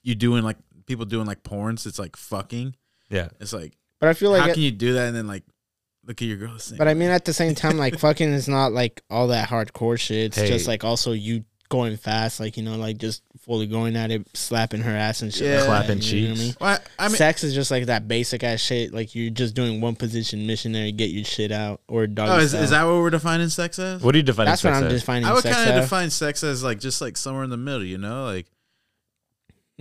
you doing like people doing like porns. It's like fucking.
Yeah.
It's like
But I feel
how
like, uh,
can you do that and then like look at your girl?
but I mean, at the same time, like fucking is not like all that hardcore shit. It's
Hey.
just like also you going fast, like you know, like just fully going at it, slapping her ass and shit, like
Yeah.
that,
Clapping
you know what I
cheeks.
mean?
Well, I, I mean,
Sex is just like that basic ass shit. Like you're just doing one position missionary, get your shit out or dog.
oh, is,
style.
is that what we're defining sex as?
What do you define
That's uh, what
sex
I'm
as?
defining.
I would
sex
kind of
as.
define sex as like just like somewhere in the middle, you know, like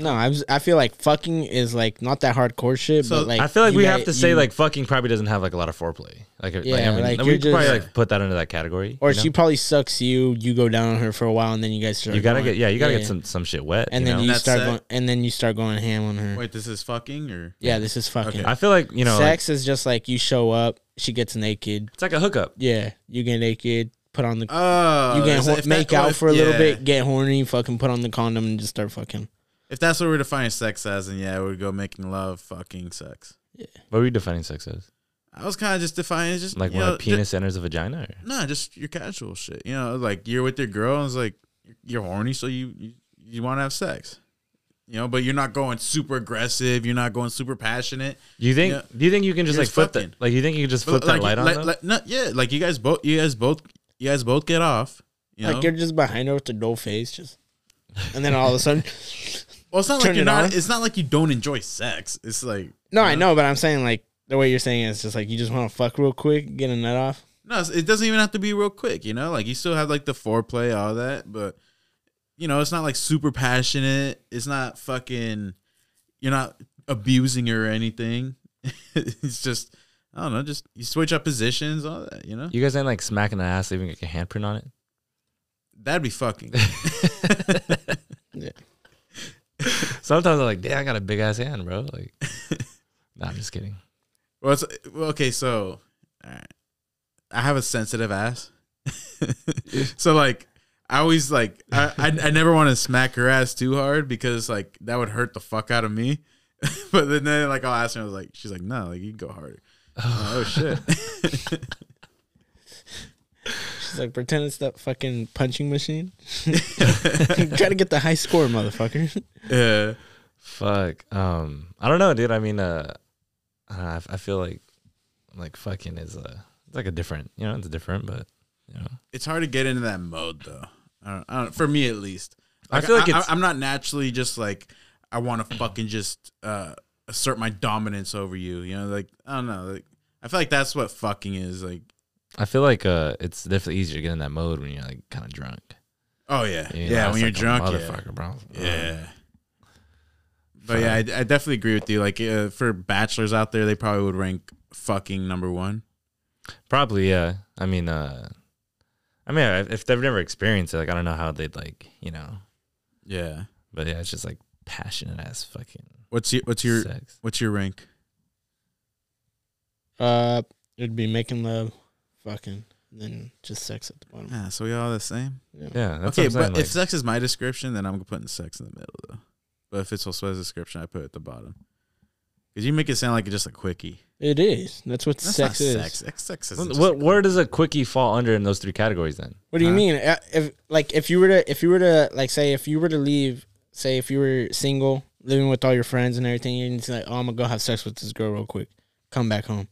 No, I was, I feel like fucking is like not that hardcore shit,
So,
but like
I feel like
you
we
got-
have to say
you-
like fucking probably doesn't have like a lot of foreplay. Like, yeah, like,
Yeah,
I mean,
like,
we
you're
could probably
just-
like put that under that category.
or
you know?
she probably sucks you. You go down on her for a while, and then you guys start.
you gotta
going-
get yeah, you gotta
yeah.
get some some shit wet.
and
you
then
know?
you
That's
start
it.
going, and then you start going ham on her.
wait, this is fucking or
Yeah, this is fucking.
Okay.
I feel like you know, like,
Sex is just like you show up, she gets naked.
it's like a hookup.
Yeah, you get naked, put on the.
oh,
you get
is
hor-
that- if
make
that-
out
if-
for a little
yeah.
bit, get horny, fucking put on the condom, and just start fucking.
If that's what we're defining sex as, then yeah, we'd go making love, fucking sex.
What are we defining sex as?
I was kind of just defining it's just
Like
you
when
know,
a penis enters a vagina? Or?
Just, nah, just your casual shit. You know, like you're with your girl, and it's like you're horny, so you you, you want to have sex. You know, but you're not going super aggressive. You're not going super passionate.
Do you think?
Yeah.
Do you think you can just
You're
like flip
fucking.
that? Like you think you can just flip
But,
that
like,
light on?
like,
though?
like- no, yeah, like you guys both, you guys both, you guys both get off. You know?
Like you're just behind her with the dough face, just. And then all of a sudden,
Well, it's not
Turn
like you're
it
not.
on.
It's not like you don't enjoy sex. It's like
no, I know, but I'm saying like the way you're saying it, it's just like you just want to fuck real quick, get a nut off.
no, it's- it doesn't even have to be real quick. You know, like you still have like the foreplay, all that, but you know, it's not like super passionate. It's not fucking. You're not abusing her or anything. it's just I don't know. Just you switch up positions, all that. You know,
you guys ain't like smacking the ass, leaving like a handprint on it.
that'd be fucking.
Sometimes I'm like, damn, I got a big ass hand, bro. Like, nah, I'm just kidding.
well, it's, well, okay, so all right. I have a sensitive ass, so like. I always like I, I, I never want to smack her ass too hard because like that would hurt the fuck out of me. but then, then like I'll ask her, I was like, she's like, no, like you can go harder. Oh, oh shit.
She's like, pretend it's that fucking punching machine. Try to get the high score, motherfucker.
yeah.
Fuck. Um, I don't know, dude. I mean, uh, I, don't know, I f- I feel like like fucking is a it's like a different, you know, it's different, but you know,
It's hard to get into that mode though. I don't, I don't, for me at least.
I feel like
I,
it's-
am not naturally just like I want to fucking just uh, assert my dominance over you. You know, like I don't know. Like I feel like that's what fucking is. Like
I feel like uh, it's definitely easier to get in that mode when you're like kind of drunk.
oh yeah,
You know,
yeah.
it's
When you're
like a
drunk, yeah.
motherfucker, bro. Um,
Yeah. But yeah, I, I definitely agree with you. Like uh, for bachelors out there, they probably would rank fucking number one.
Probably, yeah. I mean, uh, I mean, if if they've never experienced it, like I don't know how they'd like, you know.
Yeah.
But yeah, it's just like passionate ass fucking
What's your what's your
sex.
what's your rank?
Uh, it'd be making love, fucking, then just sex at the bottom.
Yeah, so we all the same.
Yeah,
okay,
that's what I'm
but
saying. like,
if sex is my description, then I'm putting sex in the middle though. But if it's Josue's description, I put it at the bottom. Because you make it sound like it's just a quickie.
It is. That's what
That's
sex
not
is.
sex. Sex, sex is
What-
just a
what where
quickie.
does a quickie fall under in those three categories then?
What do you
Huh?
mean? Uh, If like if you were to if you were to like say if you were to leave, say if you were single, living with all your friends and everything, you're just like, oh, I'm gonna go have sex with this girl real quick, come back home.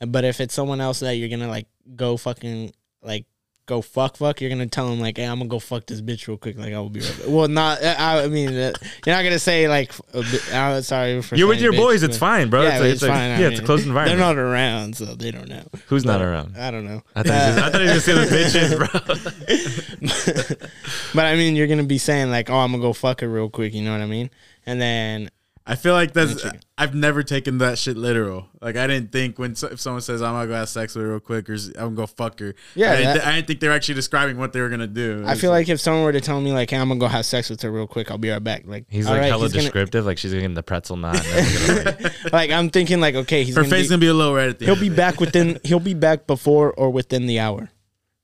Uh, But if it's someone else that you're gonna like go fucking like go fuck fuck, you're gonna tell them like, hey, I'm gonna go fuck this bitch real quick, like I will be right. Back. Well, not uh, I I mean uh, you're not gonna say like, uh, bi- I'm sorry for
You're with your
saying bitch,
boys, it's
but-
fine, bro.
Yeah,
it's
but
a,
it's
it's a-
fine, I
yeah, it's a
mean,
closed
They're
environment.
not around, so they don't know.
Who's not around?
I don't know.
I
Uh,
thought, he was, I thought he was gonna say the bitches, bro.
but I mean, you're gonna be saying like, "Oh, I'm gonna go fuck her real quick," you know what I mean? And then
I feel like that's.
Chicken.
I've never taken that shit literal. Like I didn't think when so- if someone says I'm gonna go have sex with her real quick or s- I'm gonna go fuck her.
Yeah,
I didn't,
that-
thi- I didn't think they were actually describing what they were gonna do.
I feel like if someone were to tell me like, "Hey, I'm gonna go have sex with her real quick," I'll be right back. Like
He's
all
like
right,
hella
he's gonna-
descriptive. Like she's gonna get the pretzel knot. and then we're gonna, like-
like I'm thinking like, okay, he's
her
gonna
face
be-
gonna be a little red at the
he'll
end.
be back within he'll be back before or within the hour,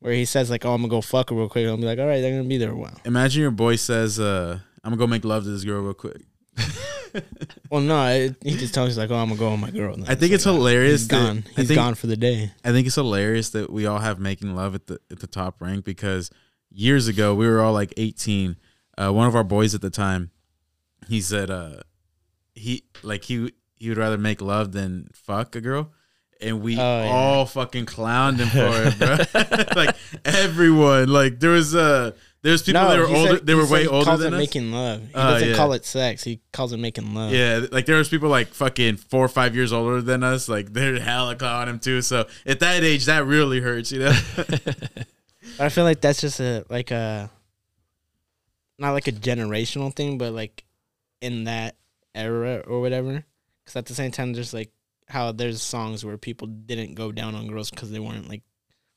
where he says like, "Oh, I'm gonna go fuck her real quick." I'll be like, "All right, they're gonna be there a while."
Imagine your boy says, uh, "I'm gonna go make love to this girl real quick."
Well, no, it, he just tells you like, "Oh, I'm gonna go with my girl." And
I think it's hilarious.
he's
that-
gone.
I
He's
think,
gone for the day.
I think it's hilarious that we all have making love at the at the top rank because years ago we were all like 18. Uh, one of our boys at the time, he said, uh, he like he he would rather make love than fuck a girl. And we
Oh, yeah.
all fucking clowned him for it, bro. like everyone, like there was uh there was people that were
he
older,
said-
they
he
were
said
way
he
older
calls
than
it
us.
making love. He
Oh,
doesn't
yeah.
call it sex. He calls it making love.
Yeah, like there was people like fucking four or five years older than us. Like they're hella clowning him too. So at that age, that really hurts, you know.
But I feel like that's just a like a not like a generational thing, but like in that era or whatever. Because at the same time, there's like how there's songs where people didn't go down on girls because they weren't like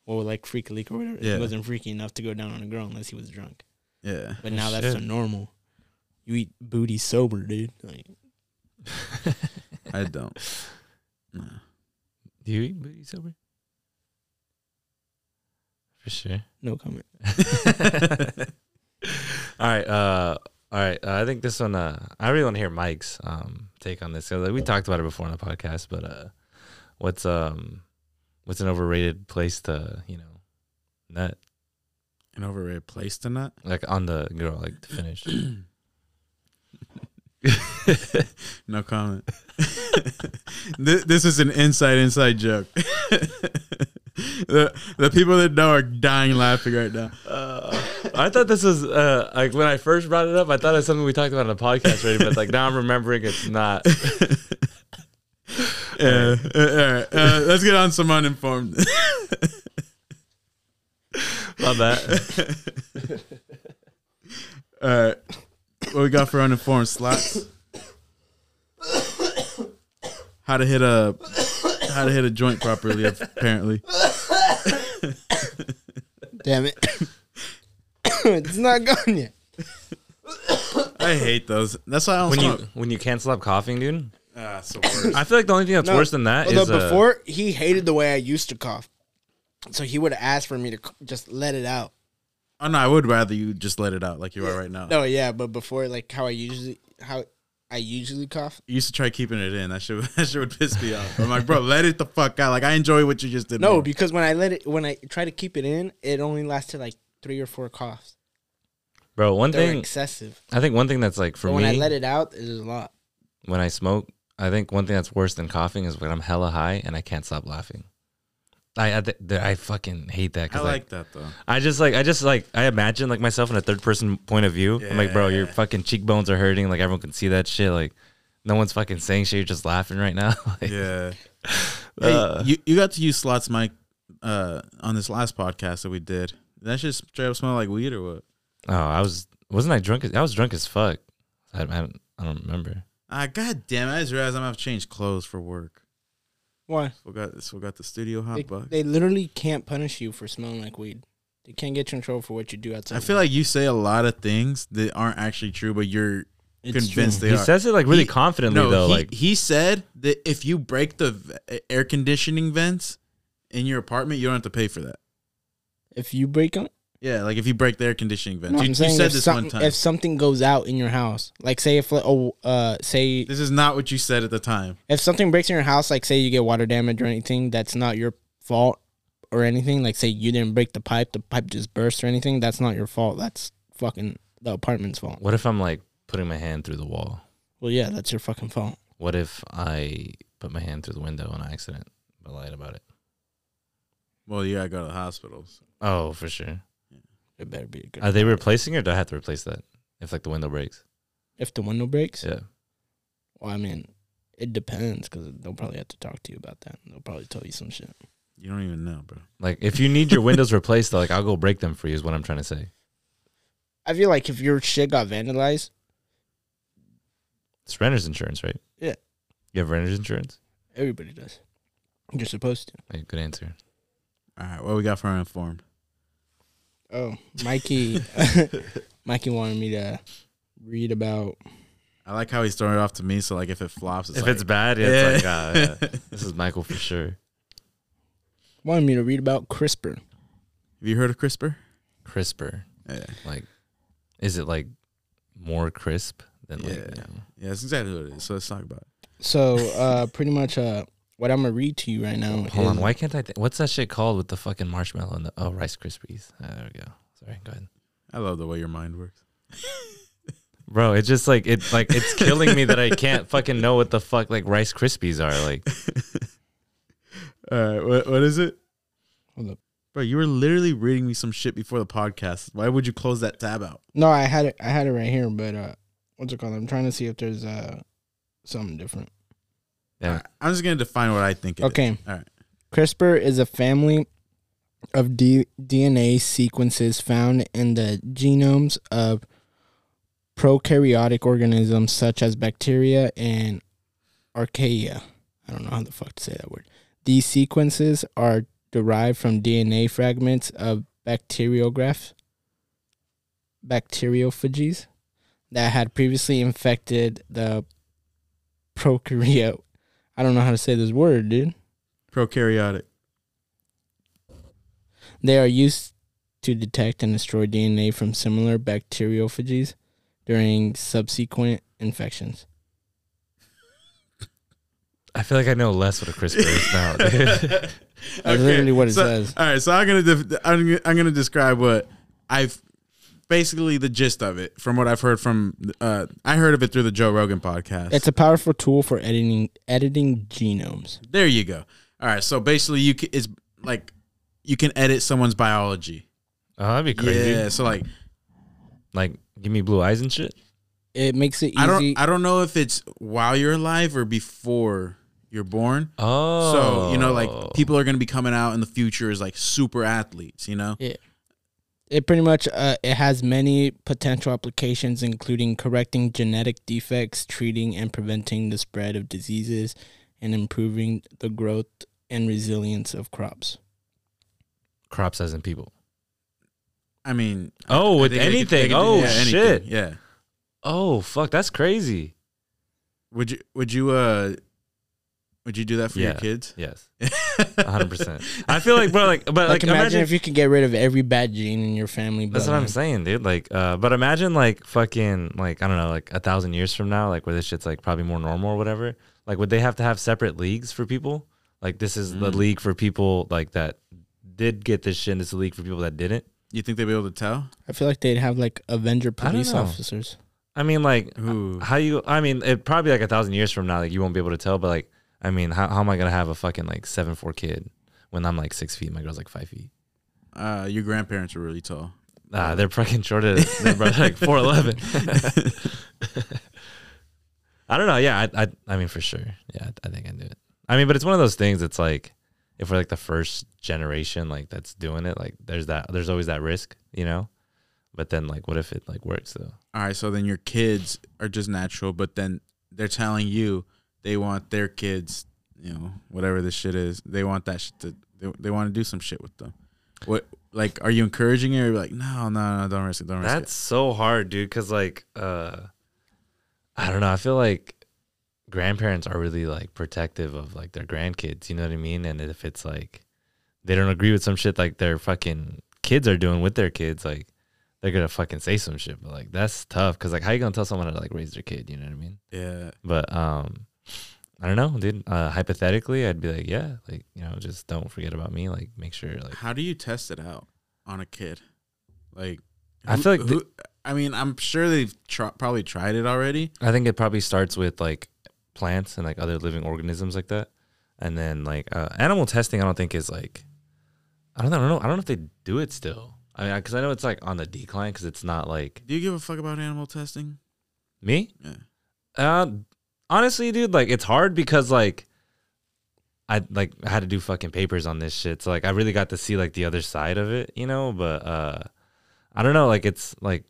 well like freak leak or whatever.
Yeah.
It wasn't freaky enough to go down on a girl unless he was drunk.
yeah.
But now
Oh,
that's the
shit.
normal. You eat booty sober, dude. Like,
I don't. Nah.
Do you eat booty sober? For sure.
no comment.
all right. Uh, all right. Uh, I think this one. Uh, I really want to hear Mike's um, take on this. 'Cause, like, we talked about it before on the podcast, but uh, what's um, what's an overrated place to you know, nut
An overrated place to not.
like on the girl like to finish?
No comment. Th- this is an inside inside joke. the the people that know are dying laughing right now.
Uh, I thought this was uh, like when I first brought it up. I thought it's something we talked about on the podcast already, but like now I'm remembering it's not.
Yeah. Uh, all right. Uh, let's get on some uninformed.
My bad.
All right. What we got for uninformed slots? How to hit a how to hit a joint properly, apparently.
Damn it. it's not gone yet.
I hate those. That's why I don't
When you
smoke.
when you can't stop coughing, dude.
Ah, it's the worst.
I feel like the only thing that's
No.
worse than that is
Although
uh,
before he hated the way I used to cough, so he would ask for me to c- just let it out.
Oh no, I would rather you just let it out like you are right now.
No, yeah, but before like how I usually how I usually cough.
You used to try keeping it in. That shit, that shit would piss me off. I'm like, bro, let it the fuck out. Like I enjoy what you just did.
No,
more.
because when I let it when I try to keep it in, it only lasted like three or four coughs.
bro, one
They're
thing
excessive.
I think one thing that's like for
But
me
when I let it out, it is a lot.
when I smoke, I think one thing that's worse than coughing is when I'm hella high and I can't stop laughing. I I, th- I fucking hate that
I
because like
like that though.
I just like I just like I imagine like myself in a third person point of view. I'm like, bro, your
Yeah.
fucking cheekbones are hurting. Like everyone can see that shit. Like no one's fucking saying shit. You're just laughing right now. like,
Yeah.
uh,
hey, you you got to use slots, Mike, uh, on this last podcast that we did. That shit straight up smell like weed or what?
oh, I was wasn't I drunk? As, I was drunk as fuck. I, I, don't- I don't remember.
Ah, god damn! it. I just realized I'm gonna have to change clothes for work.
Why?
We got this. We got the studio
They,
hot box.
they literally can't punish you for smelling like weed. They can't get you in trouble for what you do outside.
I feel like you say a lot of things that aren't actually true, but you're convinced they
he
are.
says it like really
He-
confidently
no,
though.
he,
like
he said that if you break the v- air conditioning vents in your apartment, you don't have to pay for that.
if you break them,
Yeah, like if you break the air conditioning vents,
No,
you,
I'm
you
saying
said
if
this
something-
one time.
If something goes out in your house, like say if like, oh uh say
this is not what you said at the time.
if something breaks in your house, like say you get water damage or anything that's not your fault or anything, like say you didn't break the pipe, the pipe just burst or anything, that's not your fault. That's fucking the apartment's fault.
what if I'm like putting my hand through the wall?
Well, yeah, that's your fucking fault.
What if I put my hand through the window on accident? I lied about it.
Well, you gotta go to the hospital. so-
Oh, for sure.
It better be a good.
Are they replacing or do I have to replace that? If like the window breaks?
if the window breaks,
Yeah.
well, I mean, it depends because they'll probably have to talk to you about that. They'll probably tell you some shit.
You don't even know, bro.
Like if you need your windows replaced, like I'll go break them for you is what I'm trying to say.
I feel like if your shit got vandalized,
It's renter's insurance, right?
Yeah.
You have renter's insurance?
Everybody does. You're supposed to.
Hey, good answer.
All right, what we got for uninformed?
Oh, Mikey. Mikey wanted me to read about.
I like how he started off to me. So like, if it flops, it's
if
like,
it's bad, yeah, it's like, uh, this is Michael for sure.
Wanted me to read about CRISPR.
have you heard of CRISPR?
Crisper.
Yeah,
Like, is it like more crisp than like,
Yeah.
you know?
yeah, that's exactly what it is. So let's talk about it.
So, uh, pretty much, uh, what I'm gonna read to you right now.
Hold on,
is-
why can't I? Th- what's that shit called with the fucking marshmallow and the oh Rice Krispies? Ah, there we go. Sorry, go ahead,
I love the way your mind works.
bro. It's just like it, like it's killing me that I can't fucking know what the fuck like Rice Krispies are. Like,
All right, what, what is it,
Hold up.
bro? You were literally reading me some shit before the podcast. Why would you close that tab out?
No, I had it. I had it right here, but uh, what's it called? I'm trying to see if there's uh something different.
yeah,
All right, I'm just gonna define what I think. it is.
Okay.
All right.
CRISPR is a family of D- DNA sequences found in the genomes of prokaryotic organisms such as bacteria and archaea. I don't know how the fuck to say that word. These sequences are derived from DNA fragments of bacteriographs, bacteriophages that had previously infected the prokaryote. I don't know how to say this word, dude.
Prokaryotic.
They are used to detect and destroy DNA from similar bacteriophages during subsequent infections.
I feel like I know less what a Crisper is now. dude.
That's literally what it
so-
says.
All right, so I'm gonna def- I'm, gonna- I'm gonna describe what I've basically the gist of it from what I've heard from uh I heard of it through the Joe Rogan podcast.
It's a powerful tool for editing editing genomes.
there you go. All right, so basically you can, it's like you can edit someone's biology.
oh, that'd be crazy.
Yeah, so like
Like, give me blue eyes and shit.
It makes it easy.
I don't I don't know if it's while you're alive or before you're born.
Oh,
So, you know, like people are going to be coming out in the future as like super athletes, you know?
it pretty much uh, it has many potential applications including correcting genetic defects, treating and preventing the spread of diseases and improving the growth and resilience of crops.
crops as in people.
I mean,
Oh,
I
with
think they could- they
anything.
could do-
oh
yeah,
shit.
anything, Yeah.
Oh fuck, that's crazy.
Would you would you uh would you do that for your
Yeah.
kids?
Yes, hundred percent. I feel like, bro, like, but like,
Like, imagine, if you could get rid of every bad gene in your family.
That's what I'm
bloodline.
saying, dude. Like, uh, but imagine like fucking like I don't know, like a thousand years from now, like where this shit's like probably more normal or whatever. Like, would they have to have separate leagues for people? Like, this is the
Mm.
league for people like that did get this shit. and This is the league for people that didn't.
You think they'd be able to tell?
I feel like they'd have like Avenger
I don't
police
know.
officers.
I mean, like,
Ooh.
how you? I mean, it probably like a thousand years from now, like you won't be able to tell. But like, I mean, how how am I gonna have a fucking like seven four kid when I'm like six feet? My girl's like five feet.
Uh your grandparents were really tall.
Ah, they're fucking short of they're probably like four eleven. I don't know. Yeah, I, I I mean for sure. Yeah, I think I do it. I mean, but it's one of those things. It's like if we're like the first generation like that's doing it, like there's that there's always that risk, you know. But then like, what if it like works though?
All right, so then your kids are just natural, but then they're telling you they want their kids, you know, whatever this shit is. They want that shit to they, they want to do some shit with them. What like are you encouraging it or you're like, "No, no, no, don't risk it. Don't risk it."
That's so hard, dude. Because like, uh, I don't know. I feel like grandparents are really like protective of like their grandkids. You know what I mean? And if it's like they don't agree with some shit, like their fucking kids are doing with their kids, like they're gonna fucking say some shit. But like that's tough. Because like, how you gonna tell someone how to like raise their kid? You know what I mean?
Yeah.
But um, I don't know, dude. Uh, hypothetically, I'd be like, yeah, like you know, just don't forget about me. Like, make sure like.
How do you test it out on a kid? Like,
I feel like
I mean, I'm sure they've tr- probably tried it already.
I think it probably starts with like plants and like other living organisms like that, and then like uh, animal testing. I don't think is like, I don't know. I don't know, I don't know if they do it still. I mean, because I know it's like on the decline because it's not like
Do you give a fuck about animal testing?
me.
Yeah.
Uh, honestly, dude, like it's hard because like I like I had to do fucking papers on this shit, so like I really got to see like the other side of it, you know. But uh, I don't know, like it's like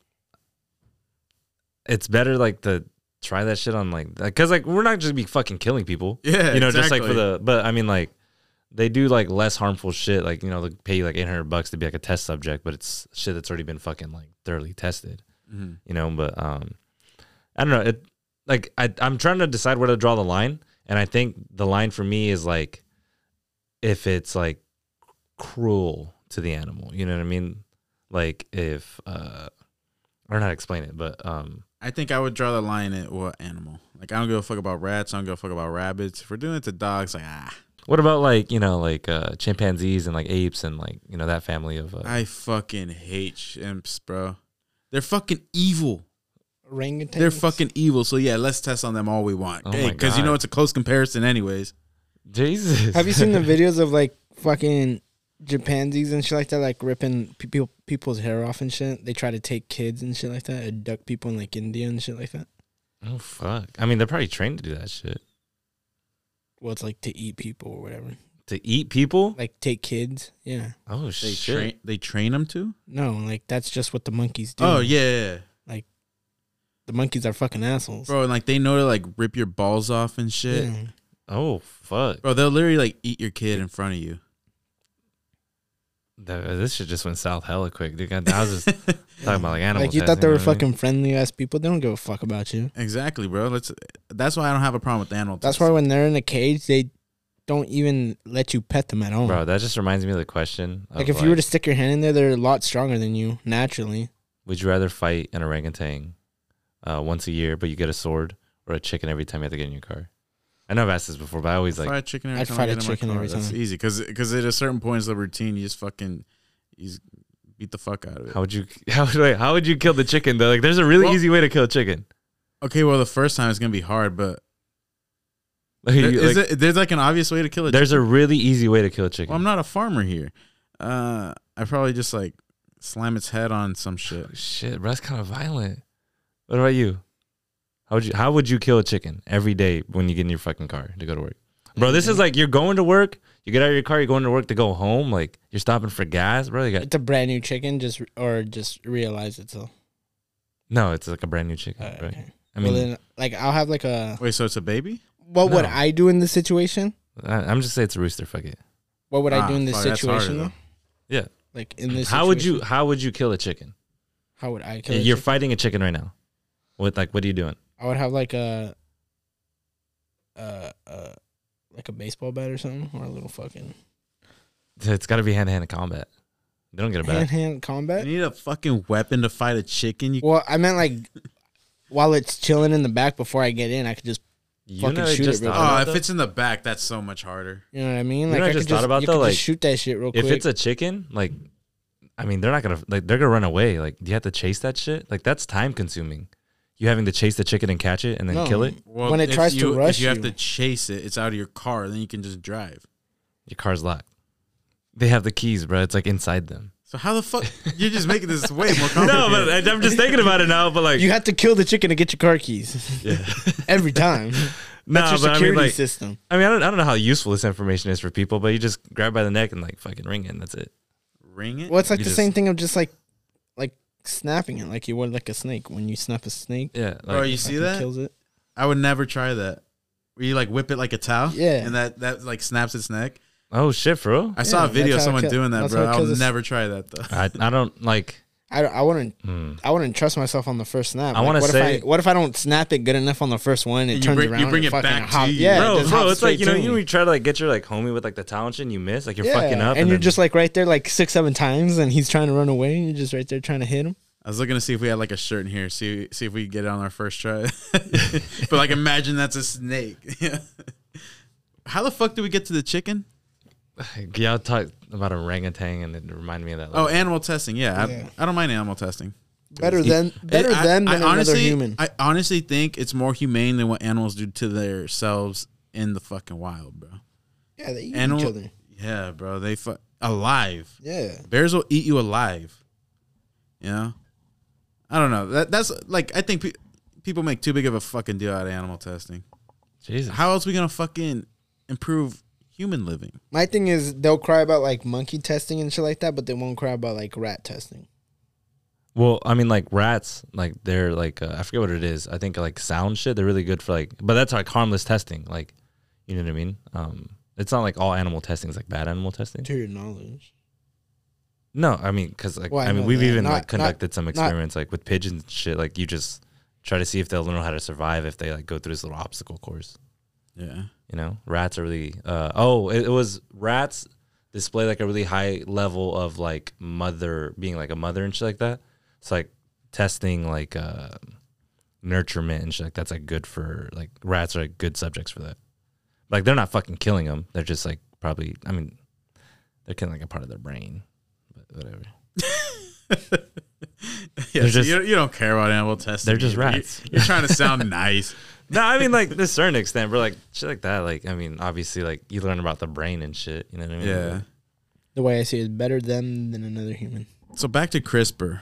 it's better like the try that shit on like because like we're not just be fucking killing people.
Yeah,
you know, just like for
exactly.
the but I mean like they do like less harmful shit. Like you know, they pay you like eight hundred bucks to be like a test subject, but it's shit that's already been fucking like thoroughly tested.
Mhm.
You know, but um, I don't know. It like I I'm trying to decide where to draw the line, and I think the line for me is like if it's like cruel to the animal. You know what I mean? Like if uh, I don't know how to explain it, but um,
I think I would draw the line at what animal? Like I don't give a fuck about rats. I don't give a fuck about rabbits. If we're doing it to dogs, like ah,
What about like you know like uh, chimpanzees and like apes and like you know that family of uh,
I fucking hate chimps, bro. They're fucking evil.
Orangutan.
They're fucking evil. So yeah, let's test on them all we want.
Oh
Hey,
my
because you
God.
know it's a close comparison, anyways.
Jesus?
Have you seen the videos of like fucking chimpanzees and shit like that, like ripping people people's hair off and shit? They try to take kids and shit like that, and duck people in like India and shit like that.
oh fuck! I mean, they're probably trained to do that shit
Well, it's like to eat people or whatever,
to eat people.
like take kids. Yeah,
Oh
They
shit!
train. They train them to.
no, like that's just what the monkeys do.
Oh yeah, yeah, yeah.
the monkeys are fucking assholes.
bro. And like they know to like rip your balls off and shit,
Yeah.
Oh fuck!
bro. They'll literally like eat your kid in front of you.
Th- this shit just went south hella quick. Dude, God, I was just talking about like animal.
Like you thought they
testing, know
were
what I mean?
fucking friendly ass people. They don't give a fuck about you.
exactly, bro. Let's. That's why I don't have a problem with animal.
That's why
testing.
when they're in a cage, they don't even let you pet them at all.
Bro, that just reminds me of the question. Of
like if you were to stick your hand in there, they're a lot stronger than you naturally.
would you rather fight an orangutan uh, once a year, but you get a sword, or a chicken every time you have to get in your car? I know I've asked this before, but I always like
fried chicken every
I'd
time.
fry
I
the
get in my
chicken
car.
every
That's
time.
easy because at a certain point it's the routine. You just fucking you just beat the fuck out of it.
How would you how would wait, how would you kill the chicken though? Like there's a really
Well-
easy way to kill a chicken.
Okay, well the first time it's gonna be hard, but
Like,
there-
you-
is
like,
it- there's like an obvious way to kill it.
there's a really easy way to kill a chicken.
Well, I'm not a farmer here. Uh, I probably just like slam its head on some shit.
Shit, bro, that's kind of violent. What about you? How would you how would you kill a chicken every day when you get in your fucking car to go to work? Bro, this is
Mm-hmm.
like you're going to work, you get out of your car, you're going to work to go home, like you're stopping for gas, bro. You got
It's a brand new chicken, just re- or just realize it's a.
no, it's like a brand new chicken,
Uh,
right?
okay.
I mean,
well, then, like I'll have like a.
Wait, so it's a baby?
What would
No.
I do in this situation?
I, I'm just saying it's a rooster. Fuck it.
What would I do
Ah,
in this
fuck, that's harder,
situation?
though.
Though?
Yeah.
Like in this.
How would
situation,
you how would you kill a chicken?
How would I kill? a
you're
chick-
fighting a chicken right now. What like what are you doing?
I would have like a. Uh, uh, like a baseball bat or something, or a little fucking
It's got to be hand to hand combat. They don't get a bat.
hand hand combat.
You need a fucking weapon to fight a chicken. You
Well, I meant like while it's chilling in the back before I get in, I could just
You
Fucking
know, I
shoot
just
it, bro.
thought
oh,
about
if
that?
it's in the back, that's so much harder.
you know what I mean.
know
Like
what I
could
just thought about,
you
though?
could
Like,
just shoot that shit real
if
quick.
it's a chicken, like, I mean, they're not gonna like they're gonna run away. Like, do you have to chase that shit? Like, that's time consuming. You having to chase the chicken and catch it and then kill it.
Well,
When it
if
tries to
you,
rush
if you have
you.
to chase it. It's out of your car, then you can just drive.
Your car's locked. They have the keys, bro. It's like inside them.
So how the fuck you're just making this way more complicated?
no, but I- I'm just thinking about it now. But like,
you have to kill the chicken to get your car keys
yeah.
every time.
no,
That's
but
your
I
security
mean, like,
system.
I mean, I don't, I don't know how useful this information is for people, but you just grab by the neck and like fucking ring it. And that's it.
ring it.
Well, it's like
You
the
just-
same thing of just like like snapping it, like you would like a snake when you snap a snake.
Yeah. Like,
Bro, you see
fucking
that?
Kills it.
I would never try that. Where you like whip it like a towel,
Yeah.
and that that like snaps its neck.
oh shit, bro.
I saw a
Yeah,
video of
that's how it
someone
kill-
doing that,
that's
bro.
how it
I'll
kills us.
never try that though.
I, I don't like.
I, don't- I wouldn't
mm.
I wouldn't trust myself on the first snap.
I wanna
what
say-
if I, what if I don't snap it good enough on the first one? It
You
turns
bring- you
around.
bring
and
it
fucking
back to
hop-
you.
Yeah, it
bro,
just
bro,
hops
it's like
straight
you know,
to
you know,
me.
when you try to like get your like homie with like the talent and you miss, like you're
Yeah,
fucking up,
and, you're
then-
just like right there, like six, seven times, and he's trying to run away, and you're just right there trying to hit him.
I was looking to see if we had like a shirt in here, see see if we could get it on our first try. but like, imagine that's a snake. How the fuck did we get to the chicken?
y'all talk about orangutan, and it reminded me of that.
Oh,
like,
animal testing. Yeah,
Yeah.
I, I don't mind animal testing.
Better than better
I-
than
I
than another
honestly,
human.
I honestly think it's more humane than what animals do to themselves in the fucking wild, bro.
yeah, they eat each
Animal.
other.
Yeah, bro. They fu- alive.
Yeah,
Bears will eat you alive. You know? I don't know. That that's like I think pe- people make too big of a fucking deal out of animal testing.
Jesus,
How else we gonna fucking improve human living?
my thing is they'll cry about like monkey testing and shit like that, but they won't cry about like rat testing.
Well, I mean, like rats, like they're like uh, I forget what it is. I think like sound shit. They're really good for like, but that's like harmless testing. Like, you know what I mean? Um, it's not like all animal testing is like bad animal testing.
To your knowledge,
No, I mean, because like
Well, I
I mean,
know
we've
that.
even
Not-
like conducted some
not-
experiments like with pigeons and shit. Like you just try to see if they'll learn how to survive if they like go through this little obstacle course.
Yeah.
You know, rats are really. Uh, oh, it, it was rats display like a really high level of like mother being like a mother and shit like that. It's like testing like uh, nurturement and shit like that's like good for like rats are like good subjects for that. Like they're not fucking killing them. They're just like probably. I mean, they're killing like a part of their brain, but whatever.
Yeah,
They're
so
just-
you, you don't care about animal testing.
They're just
You're- you're-
rats.
You're, trying to sound nice.
No, I mean like to a certain extent, but like shit like that. Like I mean, obviously, like you learn about the brain and shit. You know what I mean?
Yeah.
the way I see it is better than than another human.
So back to CRISPR.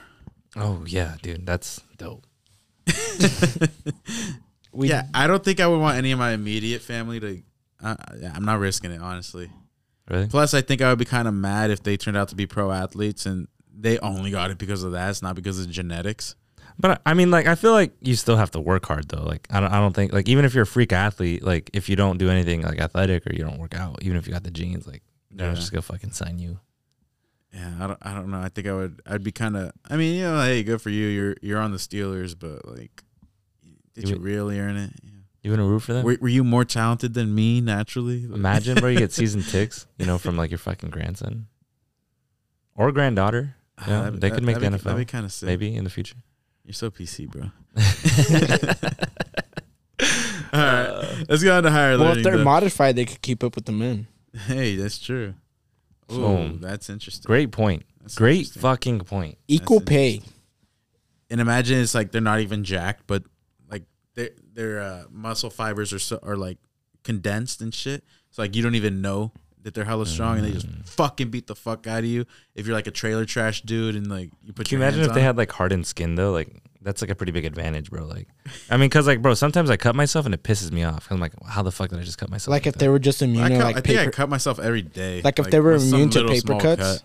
Oh yeah, dude, that's dope.
We
yeah, I don't think I would want any of my immediate family to. Uh, yeah, I'm not risking it, honestly.
Really?
Plus, I think I would be kind of mad if they turned out to be pro athletes and they only got it because of that. It's not because of genetics.
But I I mean, like I feel like you still have to work hard though. Like I don't, I don't think like even if you're a freak athlete, like if you don't do anything like athletic or you don't work out, even if you got the genes, like they're
Yeah.
just gonna fucking sign you.
Yeah, I don't, I don't know. I think I would. I'd be kind of. I mean, you know, hey, good for you. You're you're on the Steelers, but like, did
You
you
would-
really earn it? Yeah.
You wanna root for them?
Were, were you more talented than me naturally?
Imagine, bro, you get season ticks, you know, from like your fucking grandson or granddaughter.
Ah,
Yeah,
that'd-
they
that'd
could make the
be-
NFL,
That'd be kind of sick.
Maybe in the future.
You're so PC, bro. All
Uh,
right, let's go on to higher
well, if
learning.
they're
though.
modified, they could keep up with the men.
hey, that's true. Ooh,
Boom.
that's interesting.
Great point.
That's
Great
interesting.
fucking point.
Equal
That's
pay.
and imagine it's like they're not even jacked, but like their their uh, muscle fibers are so, are like condensed and shit. So like you don't even know that they're hella strong, and they just
Mm.
fucking beat the fuck out of you. If you're like a trailer trash dude, and like you put,
Can you
your
imagine
hands
if they
on
had like hardened skin though? Like that's like a pretty big advantage, bro. Like, I mean, cause like, bro, sometimes I cut myself and it pisses me off. 'Cause I'm like, how the fuck did I just cut myself?
Like if
that?
they were just
them.
immune
I,
to
cut,
like
I think I
paper,
cut myself every day.
like if they were
with some
immune to
little
paper
small
cuts,
cut. Uh,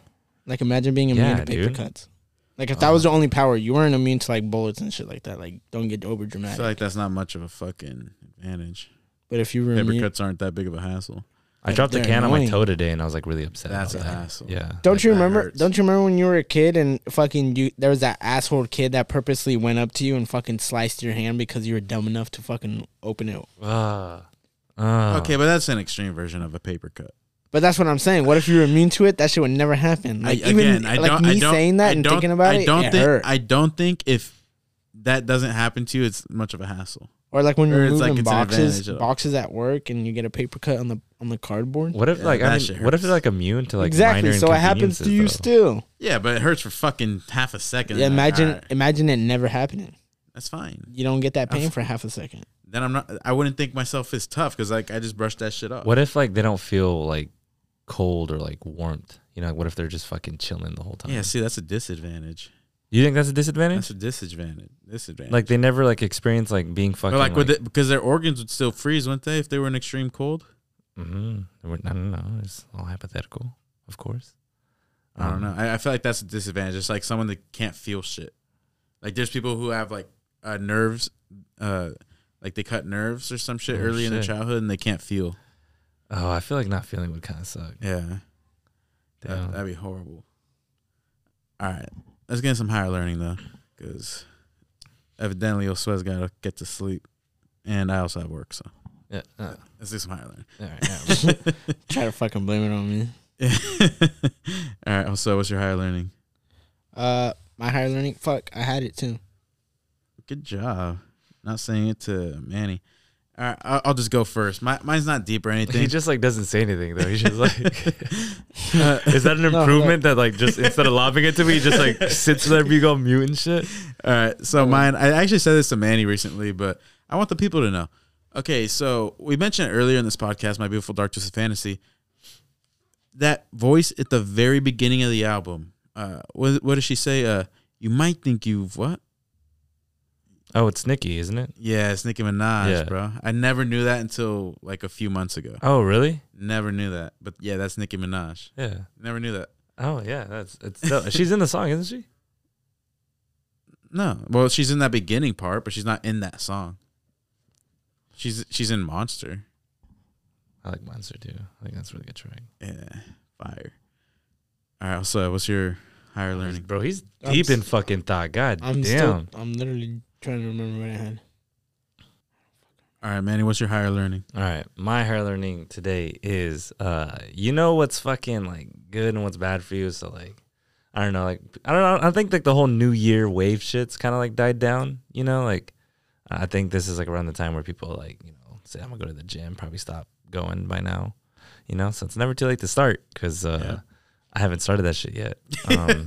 like imagine being immune
Yeah,
to paper
dude.
cuts. Like if that was the only power, you weren't immune to like bullets and shit like that. Like don't get over
I
dramatic.
feel like that's not much of a fucking advantage.
but if you were
Paper
immune,
cuts aren't that big of a hassle.
I dropped the
they're
can on my
annoying.
toe today and I was like really upset.
That's
about
a
that.
hassle.
Yeah.
Don't
Like,
you
that
remember?
hurts.
Don't you remember when you were a kid and fucking you? There was that asshole kid that purposely went up to you and fucking sliced your hand because you were dumb enough to fucking open it.
Uh,
Oh.
uh,
Okay, but that's an extreme version of a paper cut.
But that's what I'm saying. What if you were immune to it? That shit would never happen. Like
I,
even
again, I
like
don't, I
me
don't,
saying that
I
and
don't-
thinking about
I
it,
don't
it
think
hurt.
I don't think if that doesn't happen to you, it's much of a hassle.
or like when
or
you're
it's like
moving
it's an
boxes,
advantage of-
boxes at work, and you get a paper cut on the on the cardboard.
What if
Yeah,
like
that
I
shit
mean, what if
hurts.
they're like immune to like
exactly.
Minor
So it happens to you
inconveniences, though?
still.
Yeah, but it hurts for fucking half a second.
Yeah,
and then,
imagine
all right,
imagine it never happening.
that's fine.
You don't get that
I'm
pain
f-
for half a second.
Then I'm not. I wouldn't think myself as tough because like I just brushed that shit off.
What if like they don't feel like cold or like warmth? You know, like, what if they're just fucking chilling the whole time?
Yeah, see, that's a disadvantage.
You think that's a disadvantage?
That's a disadvantage. Disadvantage.
like they never like experience like being fucking
But like,
like,
with it, because their organs would still freeze, wouldn't they, if they were in extreme cold?
Mhm. We're- No, no, no. It's all hypothetical, of course.
I don't
Um,
know. I, I feel like that's a disadvantage. It's like someone that can't feel shit. Like there's people who have like uh, nerves, uh, like they cut nerves or some shit
Oh,
early in their
shit.
childhood and they can't feel.
Oh, I feel like not feeling would kind of suck.
Yeah,
Damn.
that, that'd be horrible. All right, let's get some higher learning though, because evidently Oswez gotta get to sleep, and I also have work, so
Yeah, uh,
let's do some higher learning.
all right, yeah.
Try to fucking blame it on me.
All right, so what's your higher learning?
Uh, my higher learning. Fuck, I had it too.
Good job. Not saying it to Manny. All right, I'll, I'll just go first. My, mine's not deep or
he
anything.
just like doesn't say anything though. He's just like,
Uh,
is that an
no.
improvement that like just instead of lobbing it to me, he just like sits there, we go mute and shit.
All right, so mine. I actually said this to Manny recently, but I want the people to know. Okay, so we mentioned earlier in this podcast, "My Beautiful Dark Twisted Fantasy." That voice at the very beginning of the album. Uh, what what does she say? Uh, you might think you've what?
Oh, it's Nikki, isn't it?
Yeah, it's Nicki Minaj,
Yeah.
bro. I never knew that until like a few months ago.
Oh, really?
Never knew that, but yeah, that's Nicki Minaj.
Yeah.
Never knew that.
Oh, yeah. That's it's. dope. She's in the song, isn't she?
No, well, she's in that beginning part, but she's not in that song. She's she's in Monster.
I like Monster too. I think that's a really good track.
Yeah, fire. All right. Also, what's your higher learning?
Bro, he's
I'm
deep in
s-
fucking thought. God damn.
I'm still. I'm literally trying to remember what I had.
All right, Manny. What's your higher learning?
All right. My hair learning today is uh you know what's fucking like good and what's bad for you. So like I don't know, like I don't know. I think like the whole new year wave shit's kinda like died down, you know, like I think this is like around the time where people like, you know, say I'm gonna go to the gym, probably stop going by now. You know, so it's never too late to start because uh
Yeah.
I haven't started that shit yet. Um,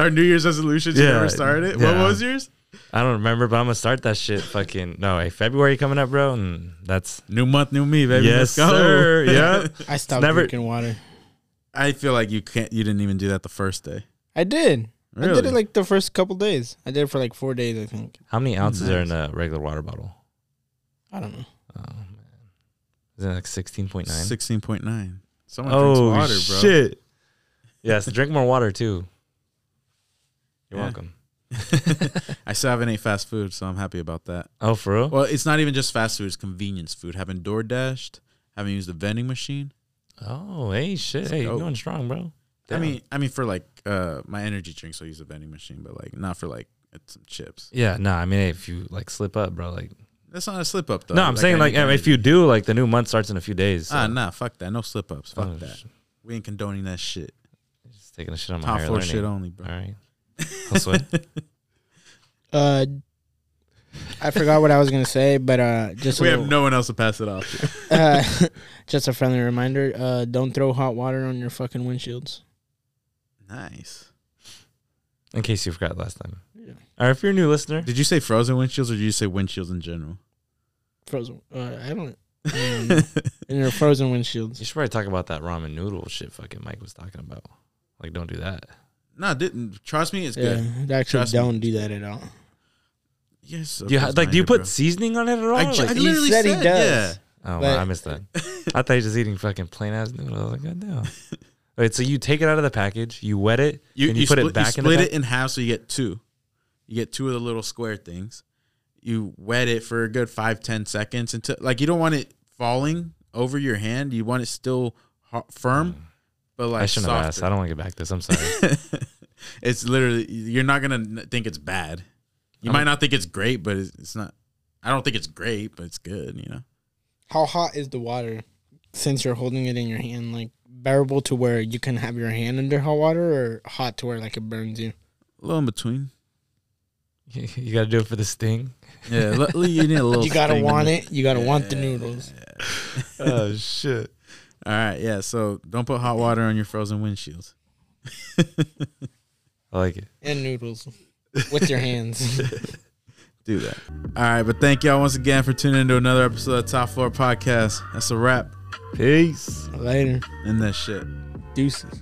Our New Year's resolutions you
Yeah,
never started.
yeah.
What was yours?
I don't remember, but I'm gonna start that shit. Fucking no, hey, February coming up, bro, and that's
New month, new me, baby. Let's
yes,
go.
sir. Yeah,
I stopped
never-
drinking water.
I feel like you can't. You didn't even do that the first day.
I did. I did
Really?
it like the first couple days. I did it for like four days, I think.
How many ounces are in a regular water bottle?
I don't know.
Oh man, is it like sixteen point nine?
Sixteen point nine. Someone
Oh
drinks water, bro.
shit! Yes, drink more water too. You're
Yeah.
welcome.
I still haven't ate fast food, so I'm happy about that.
Oh, for real?
Well, it's not even just fast food; it's convenience food. Having door dashed, having used the vending machine.
Oh, hey, shit, hey, you're
go.
doing strong, bro.
I
Damn.
mean, I mean for like uh my energy drinks, I use a vending machine, but like not for like it's some chips.
yeah, no, I mean, if you like slip up, bro, like,
That's not a slip up though.
no, I'm saying
I
like, um,
need
if
energy.
you do, like, the new month starts in a few days. so-
ah nah, fuck that, no slip ups, fuck
Oh,
that.
sh-
We ain't condoning that shit.
Just taking a shit on my
Top
higher
floor
learning.
shit only, bro.
All right. Josue?
Uh, I forgot what I was gonna say, but uh, just a
we have
little-
no one else to pass it off. to.
uh, just a friendly reminder. Uh, don't throw hot water on your fucking windshields.
nice.
in case you forgot last time.
Yeah.
Or if you're a new listener,
Did you say frozen windshields or did you say windshields in general?
Frozen. Uh, I don't. Um, and your frozen windshields.
you should probably talk about that ramen noodle shit fucking Mike was talking about. Like, don't do that.
nah, didn't trust me. It's
Yeah,
good.
actually,
Trust me.
don't do that at all.
Yes.
Do you ha- like, do you put seasoning on it at all?
I,
Like,
ju- I
you-
literally
said
said,
he
yeah.
does.
oh,
but-
wow, I missed that. I thought you were just eating fucking plain ass noodle. I was like, God damn. Wait, so you take it out of the package, you wet it,
You,
and
you,
you, put
split,
it back
you
in the
split
package.
it in half, so you get two. You get two of the little square things. You wet it for a good five, ten seconds until like you don't want it falling over your hand. You want it still ho- firm, but like
I shouldn't have asked. I
softer.
don't want to get back to this. I'm sorry.
it's literally you're not gonna n- think it's bad. You
I
might
mean-
not think it's great, but it's, it's not. I don't think it's great, but it's good. You know.
How hot is the water? Since you're holding it in your hand, like bearable to where you can have your hand under hot water, or hot to where like it burns you.
A little in between.
you got to do it for the sting.
Yeah, luckily you need a little.
You gotta
sting in
want
there.
it. You gotta want the noodles.
oh, shit.
All right, yeah. So don't put hot water on your frozen windshields.
I like it.
and noodles with your hands.
do that. All right, but thank y'all once again for tuning into another episode of Top Floor Podcast. That's a wrap
Peace.
Later.
in that shit.
Deuces.